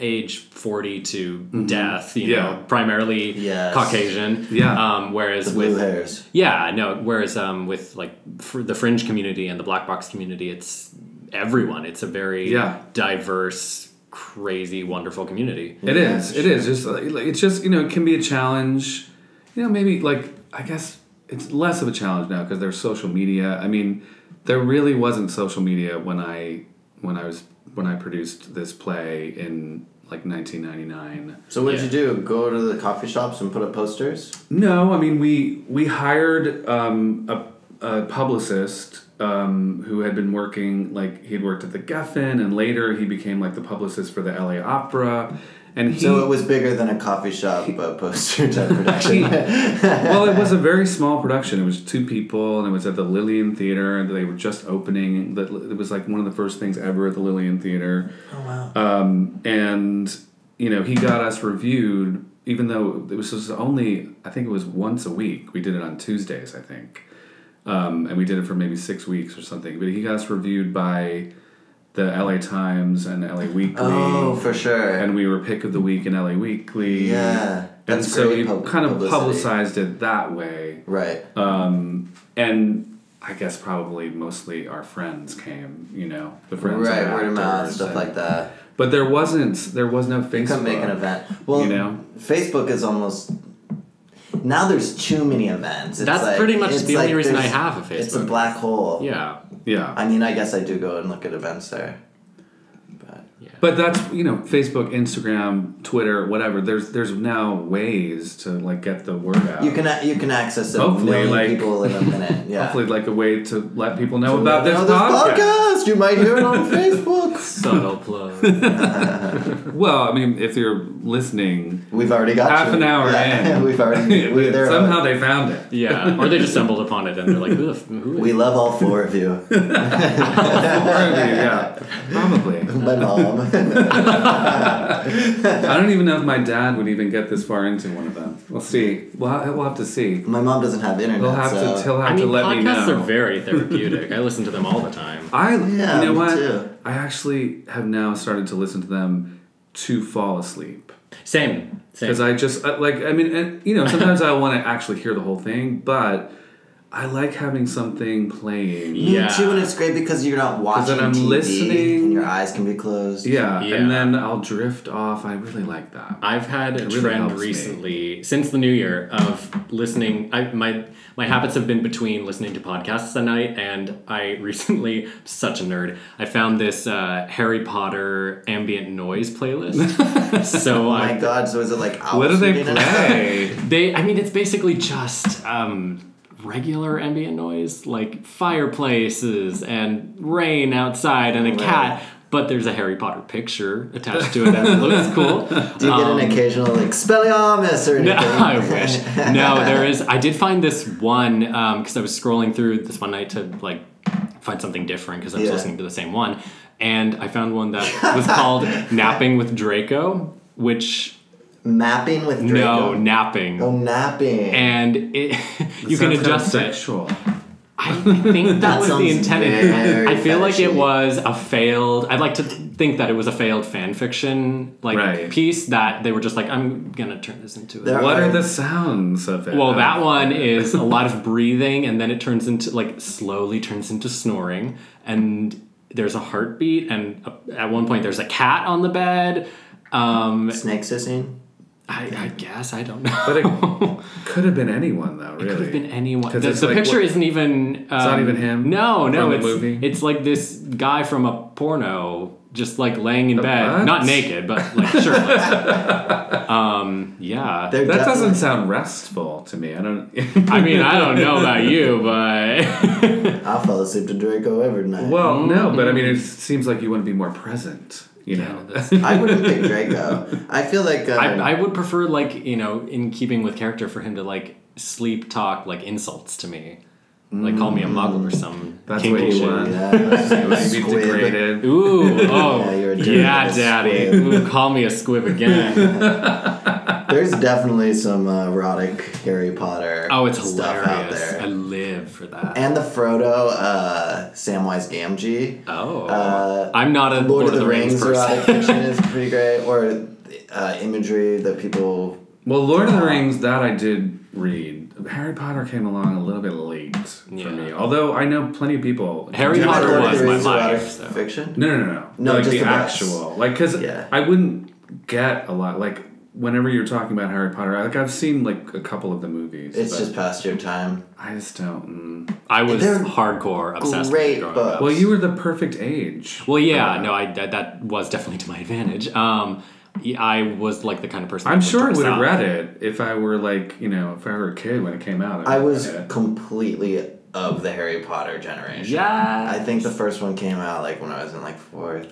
age 40 to death you
Mm-hmm. Yeah.
know primarily
Yes.
caucasian
Yeah.
um, whereas
Blue
with
hairs.
Yeah, no. Whereas um, with like fr- the fringe community and the black box community, it's everyone. It's a very
Yeah.
diverse, crazy, wonderful community.
It
Yeah,
is. It is. Just like, like, it's just you know it can be a challenge. You know maybe like I guess it's less of a challenge now because there's social media. I mean, there really wasn't social media when I when I was when I produced this play in like 1999.
So what'd
Yeah.
you do? Go to the coffee shops and put up posters?
No, I mean we we hired um, a, a publicist um, who had been working like he'd worked at the Geffen and later he became like the publicist for the LA Opera. And he,
So it was bigger than a coffee shop uh, poster type
<laughs>
production.
well, it was a very small production. It was two people, and it was at the Lillian Theater, and they were just opening. That It was like one of the first things ever at the Lillian Theater. Oh wow! Um, and you know, he got us reviewed, even though it was just only I think it was once a week. We did it on Tuesdays, I think, um, and we did it for maybe six weeks or something. But he got us reviewed by the LA Times and LA Weekly.
oh, for sure.
And we were pick of the week in LA Weekly.
yeah.
And
That's
so
great
we
pub-
kind of
publicity.
publicized it that way.
Right.
And I guess probably mostly our friends came, you know, the friends.
right,
and
word of mouth,
actors
stuff
and-
like that.
But there wasn't, there was no Facebook.
Come make an event. Well,
you know?
Facebook is almost. Now there's too many events. It's
That's
like-
pretty much
it's
the only
like
reason I
there's-
have a
It's a
Facebook.
black hole.
Yeah,
Yeah.
I mean, I guess I do go and look at events there. But
But that's, you know, Facebook, Instagram, Twitter, whatever. There's there's now ways to like get the word out.
you can a- you can access a
Um, Hopefully,
million
like- <laughs>
people in a minute. Yeah.
hopefully like a way to let people know about
About
this,
this
podcast.
podcast, you might hear it
<laughs>
on Facebook.
Subtle plug.
Well, I mean, if you're listening,
We've already got
half
you.
an hour
Yeah,
in,
<laughs> we've already
<laughs>
we, there are-
somehow they found it.
yeah, or they just stumbled upon it and they're like, who the f- who is
We love all four of you.
Probably,
<laughs>
yeah, probably.
My mom. <laughs>
I don't even know if my dad would even get this far into one of them. We'll see. We'll, ha- we'll have to see.
My mom doesn't have internet.
He'll have
so.
to. He'll have
I mean,
to let me
podcasts
know.
are very therapeutic. I listen to them all the time.
I
Yeah,
you know
me
what?
too.
I actually have now started to listen to them to fall asleep
Same, same.
because I just I- like I mean and, you know sometimes I want to actually hear the whole thing, but I like having something playing.
Me
Yeah.
too, and it's great because you're not watching
then I'm
TV
listening.
and your eyes can be closed.
Yeah,
Yeah.
and then I'll drift off. I really like that.
I've had a
really
trend
helps me.
recently since the new year of listening. I, my my habits have been between listening to podcasts a night, and I recently <laughs> such a nerd. I found this uh, Harry Potter ambient
<laughs>
noise playlist. so
Oh my
I,
god, so is it like
What do they
altitude and stuff? <laughs>
play?
they, I mean, it's basically just um, regular ambient noise, like fireplaces and rain outside and a cat. But there's a Harry Potter picture attached to it, and
<laughs>
it looks <laughs> cool.
Do you
Um,
get an occasional like Spelliamus or anything?
No, I wish. No, there is. I did find this one because I was scrolling through this one night to like find something different because I was
Yeah.
listening to the same one, and I found one that
<laughs>
was called "Napping with Draco," which
<laughs> Mapping with Draco.
no napping,
Oh, napping.
and it <laughs> you
Sounds kind
can
of
adjust it.
Sexual.
I think that was the
sounds
intended.
very
I feel like it
fetishy.
was a failed. I'd like to think that it was a failed fan fiction like
Right.
piece that they were just like, I'm gonna turn this into. a
There
What are the sounds of it?
Well, that one is a lot of breathing, and then it turns into like slowly turns into snoring, and there's a heartbeat, and a, at one point there's a cat on the bed. Um,
Snake sissing.
I, I guess I don't know.
But
<laughs>
it could have been anyone, though. Really,
It could have been anyone. The,
'Cause it's
the
like,
picture
what-
isn't even. Um, it's
not even him
No, no,
from the
it's
movie?
it's like this guy from a porno, just like laying in bed,
what?
not naked, but
<laughs>
like shirtless. um, yeah.
They're
That
definitely-
doesn't sound restful to me. I don't.
I mean, I don't know about you, but
I fall asleep to Draco every night.
<laughs> Well, no, but I mean, it
Mm.
seems like you want to be more present. You know, <laughs>
I wouldn't pick Draco. I feel like um,
I, I would prefer like you know in keeping with character for him to like sleep talk like insults to me like call me a muggle or some
Mm. That's
kinky
what you
shit.
want.
yeah,
<laughs>
I was
You'd be
squid.
degraded.
ooh
<laughs>
oh
Yeah,
yeah,
you're a dirty little
daddy
squib.
ooh call me a squib again
There's definitely some uh, erotic Harry Potter.
oh it's
stuff out
hilarious I
there.
live for that
And the Frodo uh, Samwise Gamgee.
oh
Uh,
I'm not a Lord,
Lord, of the, Rings, erotic
person
fiction is pretty great, or uh, imagery that people.
Well, Lord of the Rings, that I did read. Harry Potter came along a little bit late
Yeah.
for me. Although I know plenty of people.
Harry
Do you like
Potter
Lord of
was
the
my
Rings
life,
erotic
so.
fiction?
No, no, no, no.
No,
like
just
the
the books.
actual. Like, cause
Yeah.
I wouldn't get a lot. Like, whenever you're talking about Harry Potter, like I've seen like a couple of the movies.
It's
but
just past your time.
I just don't. mm.
<laughs> I was
They're
hardcore obsessed with
great
it growing
books.
up.
Well, you were the perfect age.
Well, yeah, no, I that, that was definitely to my advantage. Um, yeah, I was like the kind of person.
I'm
that
sure I would have
stop.
read it if I were like you know if I were a kid when it came out.
I
would've
was
read it.
completely of the Harry Potter generation.
Yeah,
I think the first one came out like when I was in like fourth.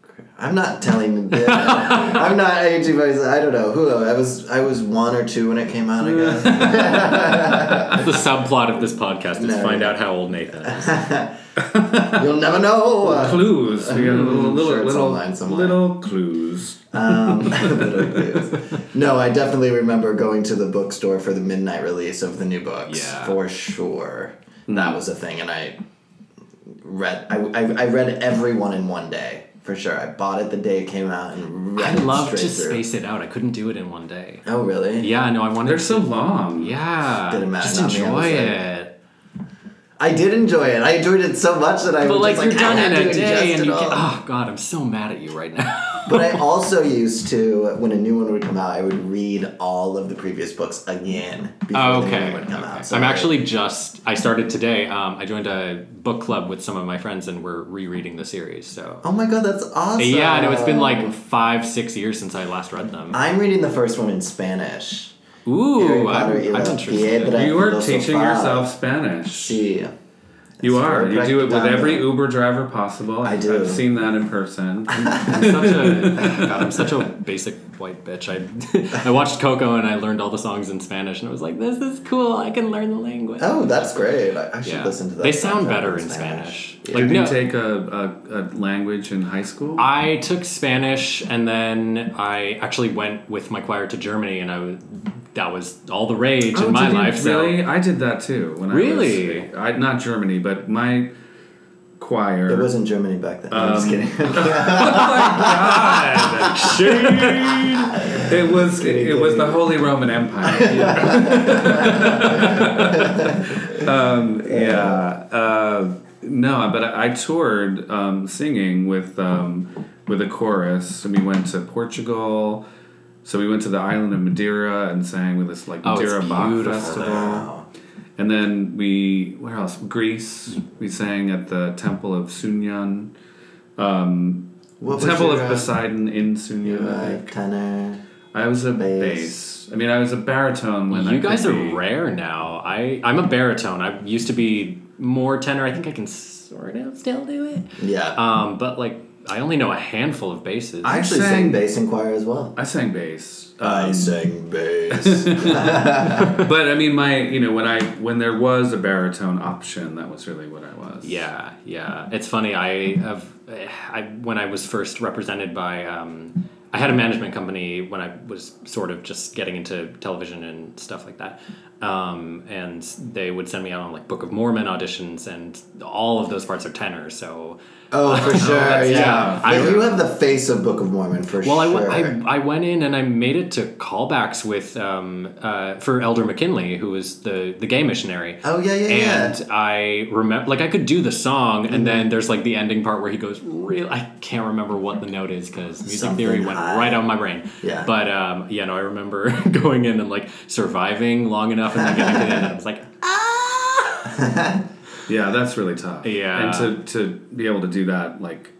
grade. I'm not telling. the- I'm not aging myself. I don't know who I was. I was one or two when it came out. I guess.
<laughs> That's <laughs> the subplot of this podcast is
No.
find out how old Nathan
<laughs>
is.
You'll never know. Uh,
clues. We
<laughs>
got little little
sure it's
little,
online somewhere.
little clues.
Um, <laughs> little clues. no, I definitely remember going to the bookstore for the midnight release of the new books
Yeah.
for sure. That was a thing, and I read. I, I, I read everyone in one day for sure. I bought it the day it came out and read
I
it
love to
straight through.
space it out. I couldn't do it in one day.
Oh really?
Yeah, no, I wanted.
They're
to-
so long.
yeah,
Didn't matter,
just
not me, I
enjoy
was like-
it.
I did enjoy it. I enjoyed it so much that I
But
was
like
just like,
you're
I
done
had
in
to
a
ingest
day, and
it
you oh.
all.
can. Oh God, I'm so mad at you right now.
But I also used to when a new one would come out, I would read all of the previous books again before the new
Oh, okay.
one would come out. So
I'm
I-
actually just. I started today. Um, I joined a book club with some of my friends, and we're rereading the series. So.
Oh my god, that's awesome!
Yeah, no, it's been like five, six years since I last read them.
I'm reading the first one in Spanish.
Ooh,
Harry
um,
Potter,
I'm,
you
I'm
are
interested.
Piedra.
You are
Filosofal.
teaching yourself Spanish.
Sí.
You are.
very
You do it with
practical.
every Uber driver possible.
I do.
I've seen that in
<laughs>
person.
I'm such a God, I'm such a basic white bitch. I I watched Coco and I learned all the songs in Spanish and I was like, this is cool. I can learn the language.
Oh, that's great. I, I should listen to that.
They sound
soundtrack
better in Spanish.
Did
Like no,
you take a, a, a language in high school?
I took Spanish and then I actually went with my choir to Germany and I was, that was all the rage
Oh,
in my
did you
life. so-
Really, I did that too. When I
Really?
was, I, not Germany, but my choir. Oh
It
<laughs>
was in Germany back then. I'm just
Um,
kidding. <laughs>
It was it, it was the Holy Roman Empire. Yeah. <laughs> um, yeah. Uh, no, but I, I toured um, singing with um, with a chorus, and we went to Portugal. So we went to the island of Madeira and sang with this like
Oh, it's
Madeira Bach
beautiful
Festival. <laughs>
Wow.
And then we, where else? Greece. We sang at the Temple of Sunyan. Um,
What was
Temple
your,
of
uh,
Poseidon in Sunyan.
your,
I
uh,
think.
tenor?
I was a bass.
Bass.
I mean, I was a baritone when I
You guys
could
are
be.
rare now. I I'm a baritone. I used to be more tenor. I think I can sort of still do it.
Yeah.
Um, but like I only know a handful of basses.
I actually sang,
sang-
bass in choir as well.
I sang bass, Uh,
Um,
I sang bass.
<laughs>
but I mean, my you know when I when there was a baritone option, that was really what I was.
yeah, yeah. It's funny. I have I when I was first represented by um, I had a management company when I was sort of just getting into television and stuff like that. Um, and they would send me out on like Book of Mormon auditions, and all of those parts are tenors. So
oh, for sure. yeah.
yeah.
But
I-
you have the face of Book of Mormon for
Well, I,
sure.
w- I, I went in and I made it to callbacks with um, uh, for Elder McKinley, who was the, the gay missionary.
Oh, yeah, yeah, yeah. Mm-hmm.
and I remember, like, I could do the song, and then there's like the ending part where he goes, "Real," I can't remember what the note is because music
Something
theory went
high.
right out of my brain.
Yeah.
But um, yeah, no, I remember <laughs> going in and like surviving long enough, and then getting to the end, and I was
<laughs>
like, "Oh,
yeah, that's really tough.
Yeah.
and to to be able to do that like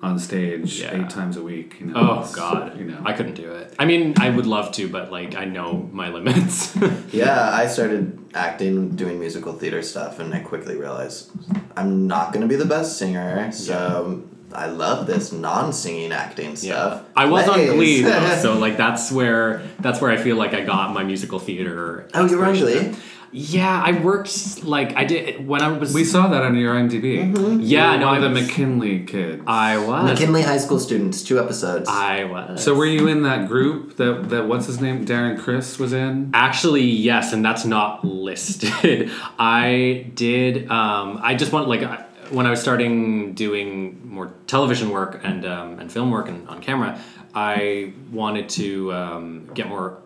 on stage
Yeah.
eight times a week. You know,
"Oh
it's,
God,
you know,
I couldn't do it." I mean, I would love to, but like, I know my limits. <laughs>
yeah, I started acting, doing musical theater stuff, and I quickly realized I'm not going to be the best singer. So I love this non singing acting stuff.
I was
Plays.
on Glee, though, so like that's where that's where I feel like I got my musical theater.
<laughs> Oh, you were on
inspiration.
Glee?
Yeah, I worked like I did when I was.
We saw that on your
Mm-hmm.
IMDb.
yeah, no, I
the
was.
McKinley kids.
I was.
McKinley High School students, two episodes.
I was.
So were you in that group that that what's his name Darren Chris was in?
Actually, yes, and that's not listed. <laughs> I did. Um, I just want like I, when I was starting doing more television work and um, and film work and on camera, I wanted to um, get more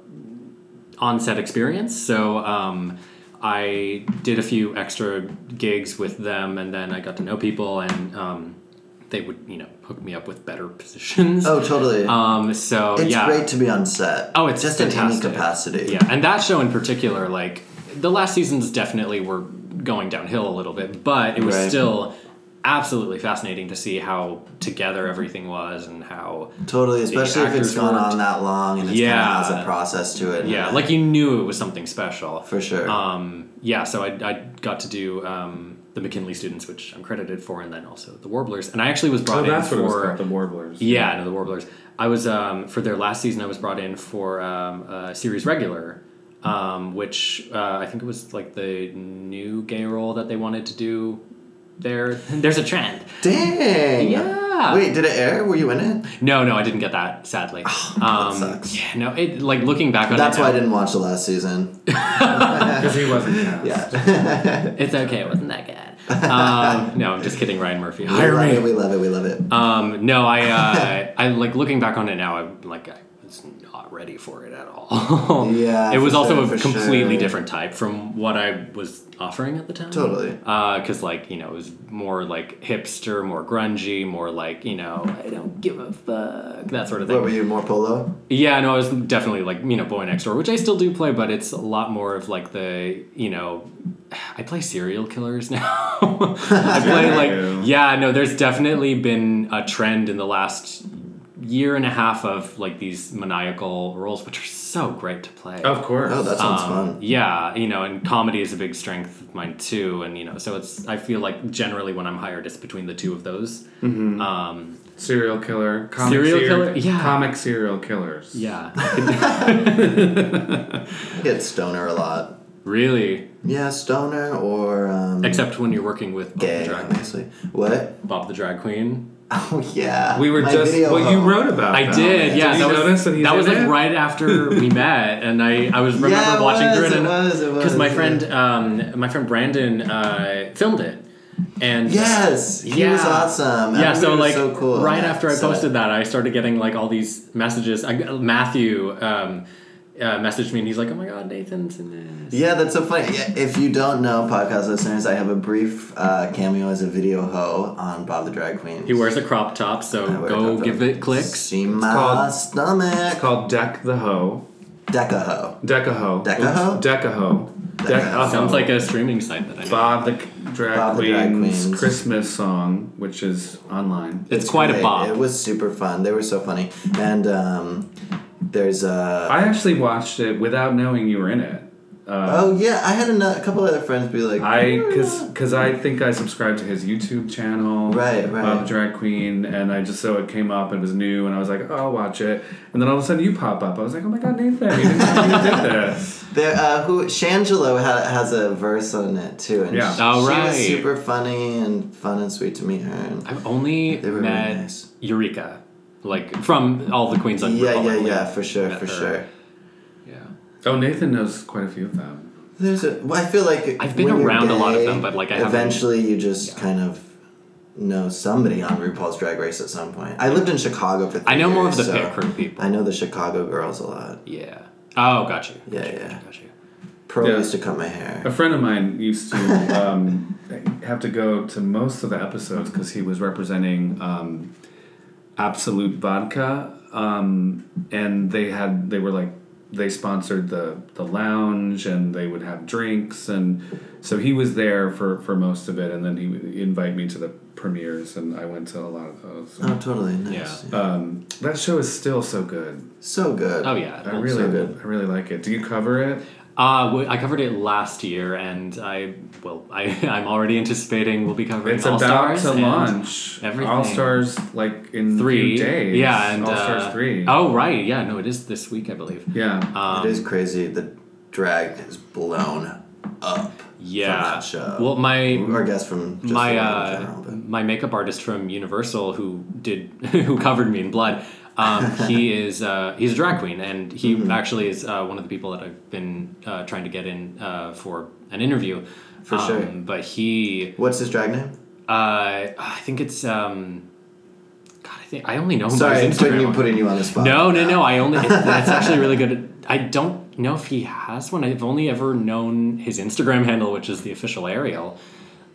on-set experience. So um, I did a few extra gigs with them, and then I got to know people, and um, they would you know hook me up with better <laughs> positions.
oh, totally.
Um, so
it's
yeah.
great to be on set.
Oh, it's
just
fantastic.
in any capacity.
Yeah, and that show in particular, like the last seasons definitely were going downhill a little bit, but it was
Right.
still absolutely fascinating to see how together everything was and how
Totally, especially if it's
actors
gone
worked.
on that long and it
Yeah.
kind of has a process to it.
yeah, like you knew it was something special
for sure.
Um, yeah, so I, I got to do um, the McKinley students, which I'm credited for, and then also the Warblers, and I actually was brought
Oh, that's
in
what it was
for
called, the Warblers.
Yeah, no, the Warblers. I was um, for their last season. I was brought in for um, a series regular, um, which uh, I think it was like the new gay role that they wanted to do. There, <laughs> there's a trend.
Dang.
Yeah.
Wait, did it air? Were you in it?
No, no, I didn't get that. Sadly, um,
Oh, sucks.
Yeah, no, it like looking back on
That's
it.
why I
now,
didn't watch the last
<laughs>
season.
because he wasn't cast.
<laughs> Yeah.
It's okay. It wasn't
<laughs>
that good. Um, no, I'm just kidding. Ryan Murphy,
we
hire
love
me.
it. We love it. We love it.
Um, no,
<laughs>
I, uh, I like looking back on it now. I'm like, I was not ready for it at all. <laughs>
Yeah,
it was
for
also
sure,
a
for
completely
sure.
different type from what I was offering at the time.
Totally.
because like you know, it was more like hipster, more grungy, more like you know, I don't give a fuck that sort of
what
thing.
were you more polo?
Yeah, no, I was definitely like you know boy next door, which I still do play, but it's a lot more of like the you know, I play serial killers <laughs> now. I play
Yeah.
like yeah, no, there's definitely been a trend in the last year and a half of like these maniacal roles, which are so great to play.
Of course.
Oh, that sounds
Um,
fun.
yeah, you know, and comedy is a big strength of mine too, and you know, so it's I feel like generally when I'm hired, it's between the two of those. Um,
serial killer. Comic
Serial killer? Yeah.
Comic serial killers.
yeah, <laughs>
I get stoner a lot.
really.
Yeah, stoner or um,
Except when you're working with Bob the
gay,
drag,
obviously. What? <laughs>
Bob the drag queen.
Oh yeah.
We were
my
just.
video
Well, you
home.
wrote about.
I
that.
did, yeah.
Did
that
you notice
was,
that he's
that was
in
like
it?
right after
<laughs>
we met, and I I was remember
Yeah, it
watching
was,
through
it
and
was, it was,
because my
yeah.
friend um my friend Brandon uh, filmed it, and
Yes, he was awesome.
Yeah,
Everybody
so
was
like
so cool on
right
that
after I
set.
posted that, I started getting like all these messages. I, got- Matthew um, uh, messaged me and he's like, "Oh my god, Nathan's in this."
Yeah, that's so funny. Yeah, If you don't know, podcast listeners, I have a brief uh, cameo as a video hoe on Bob the Drag Queen.
He wears a crop top, so
I wear a
go
crop
give
top.
it clicks.
See my
called-
stomach.
It's called Deck the Hoe.
Deca hoe.
Decaho.
Decaho?
Decaho. Decaho.
Sounds like a streaming site that I know.
Bob the Drag,
Bob the
Queen's
Drag Queens.
Christmas song, which is online.
it's, quite
Great.
a bob.
It was super fun. They were so funny. And um, there's Uh,
I actually watched it without knowing you were in it.
oh yeah, I had ano- a couple other friends be like,
I
"Oh,
because because I think I subscribed to his YouTube channel,
Right,
Bob
right.
the Drag Queen, and I just so it came up. It was new, and I was like, oh, I'll watch it. And then all of a sudden, you pop up. I was like, oh my god, Nathan, you didn't know you
<laughs>
did this.
There, uh, who Shangelo ha- has a verse on it too, and
Yeah.
she,
Oh,
she
right.
was super funny and fun and sweet to meet her. And
I've only
They were really
met
nice.
Eureka, like from all the queens. I've
yeah,
all
yeah,
I've
yeah,
met.
for sure,
met
for
her.
sure.
Yeah,
Oh, Nathan knows quite a few of them.
There's a. Well, I feel like
I've been
when you're
around a lot of
gay,
them, but, like, I haven't-
eventually you just kind of know somebody on RuPaul's Drag Race at some point. I lived in Chicago for. Three
I know more of the
years, so
pit crew people.
I know the Chicago girls a lot.
Yeah. Oh, got you.
Yeah,
Got you,
yeah.
got you, Got you.
Pearl
Yeah.
used to cut my
A
hair.
friend of mine used to um, <laughs> have to go to most of the episodes because he was representing um, Absolute Vodka, um, and they had they were like they sponsored the the lounge and they would have drinks and so he was there for for most of it, and then he would invite me to the premieres, and I went to a lot of those.
Oh, totally. Nice.
Yeah. Uh,
Um, that show is still so good.
So good.
Oh yeah.
I really,
so good.
I really like it. Do you cover it?
Uh, w- I covered it last year, and I well, <laughs> I I'm already anticipating we'll be covering
It's
All
about
Stars
to
and
launch.
everything.
All Stars like in a
three
few days.
Yeah, and
All Stars
uh,
three.
Oh right, yeah, no, it is this week, I believe.
yeah.
Um,
it is crazy. The drag is blown up.
yeah.
from that show.
Well, my
Or I guess from just
my
the
uh,
world in general,
my makeup artist from Universal who did <laughs> who covered me in blood.
<laughs>
Um, he is uh, he's a drag queen, and he
Mm-hmm.
actually is uh, one of the people that I've been uh, trying to get in uh, for an interview.
For
um,
sure.
But he,
but- What's his drag name?
uh, I think it's um, God, I think I only know him by
Sorry,
his
I'm putting you,
Instagram.
putting you on the spot.
no, no, no. I
<laughs>
only it's, that's actually really good. I don't know if he has one. I've only ever known his Instagram handle, which is the official Ariel.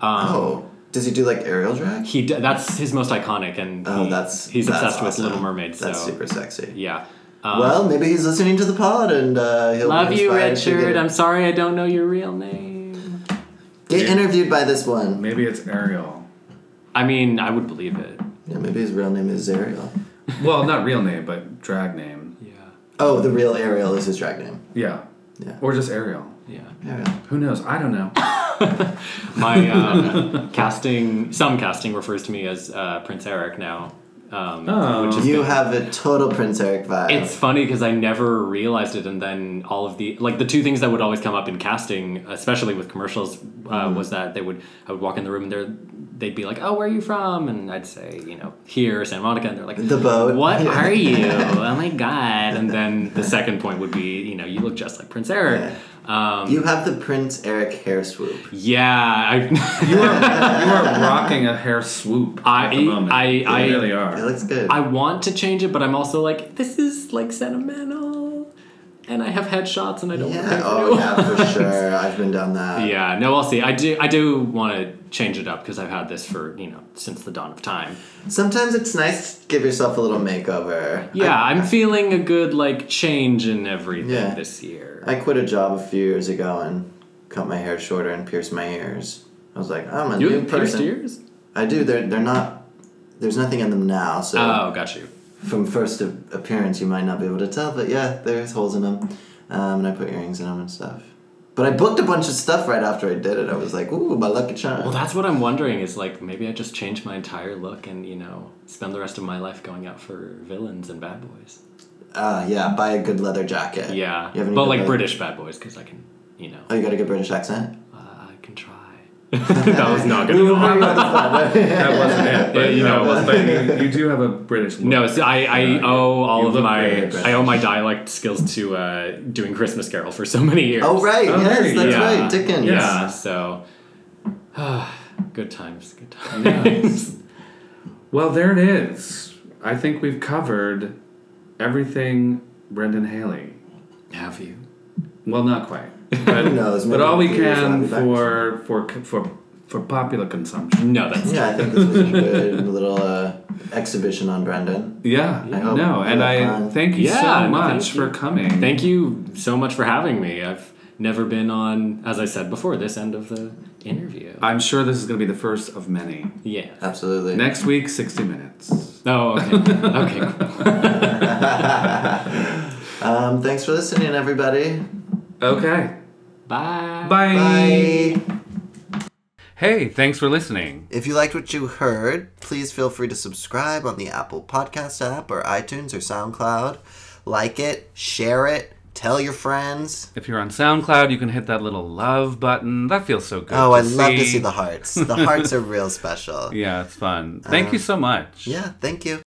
Oh, does he do like aerial drag?
He d- that's his most iconic, and
Oh,
he-
that's
he's
that's
obsessed with
awesome.
Little Mermaid. So
That's super sexy.
yeah, um,
well, maybe he's listening to the pod and uh, he'll be
love you,
inspired to
Richard.
Get,
I'm sorry I don't know your real name.
get interviewed by this one.
Maybe it's Ariel.
I mean, I would believe it.
Yeah, maybe his real name is Ariel.
Well, not real name, but drag name.
Yeah,
Oh, the real Ariel is his drag name.
Yeah.
Yeah.
Or just Ariel.
yeah.
Ariel.
Who knows? I don't know.
<laughs>
My um, casting, some casting refers to me as uh, Prince Eric now. Um,
Oh.
which is
You
good.
have a total Prince Eric vibe.
It's funny because I never realized it, and then all of the like the two things that would always come up in casting, especially with commercials, uh,
Mm-hmm.
was that they would I would walk in the room and they they'd be like, "Oh, where are you from?" And I'd say, you know, here, Santa Monica, and they're like,
The boat. <laughs>
What are you? oh my god! And then the second point would be, you know, you look just like Prince Eric. Um,
you have the Prince Eric hair swoop.
yeah, I. <laughs>
You are, you are rocking a hair swoop at
I-
the moment.
I-
you
I-
really
It
are.
looks good.
I want to change it, but I'm also like, this is like sentimental, and I have headshots, and I don't want to
yeah.
pay for new
Oh yeah, for
<laughs>
sure. I've been down that.
Yeah, no, we'll see. I do, I do want to change it up because I've had this for you know since the dawn of time.
Sometimes it's nice to give yourself a little makeover.
Yeah, I'm feeling a good like change in everything
Yeah.
this year.
I quit a job a few years ago and cut my hair shorter and pierced my ears. I was like, I'm a
you
new
have pierced
person.
ears?
I do. They're they're not. There's nothing in them now, so
Oh, got you.
from first a- appearance, you might not be able to tell, but yeah, there's holes in them. Um, and I put earrings in them and stuff. But I booked a bunch of stuff right after I did it. I was like, ooh, my lucky charm.
Well, that's what I'm wondering is like maybe I just change my entire look and you know spend the rest of my life going out for villains and bad boys.
Ah, yeah, buy a good leather jacket.
Yeah,
You have any
but
good
like
leather-
British bad boys because I can you know
Oh, you got a good British accent?
uh, I can try. <laughs> that was not good at all.
That
<laughs>
wasn't it. But
you
you
know.
know, you, you do have a British. Look.
No, so I, I owe all
uh, You
of
look
my
British.
I owe my dialect skills to uh, doing Christmas Carol for so many years.
Oh, right,
Oh, there
yes,
you
that's
go.
right, Dickens.
Yeah, so <sighs> good times, good times.
Well, there it is. I think we've covered everything Brendan Haley.
<laughs> Have you?
Well, not quite. But,
Who knows,
But
maybe
all we
in a few years I'll
can
be back.
for for for for popular consumption.
No, that's
Yeah, I think this was a good <laughs> little uh, exhibition on Brendan.
Yeah.
I hope
No, and
you had
I
fun.
thank you
Yeah,
so
no,
much
thank
for
you.
coming.
Thank you so much for having me. I've never been on, as I said before, this end of the interview.
I'm sure this is going to be the first of many.
Yeah.
Absolutely.
Next week, 60 minutes.
Oh, okay.
<laughs>
okay. cool.
<laughs> Um, thanks for listening, everybody.
Okay.
Bye.
Bye.
Bye.
Hey, thanks for listening.
If you liked what you heard, please feel free to subscribe on the Apple Podcast app or iTunes or SoundCloud. Like it, share it, tell your friends.
If you're on SoundCloud, you can hit that little love button. That feels so good.
Oh,
to
I love
<laughs>
to see the hearts. The hearts are real special.
Uh,
Yeah, it's fun. Thank you so much.
Yeah, thank you.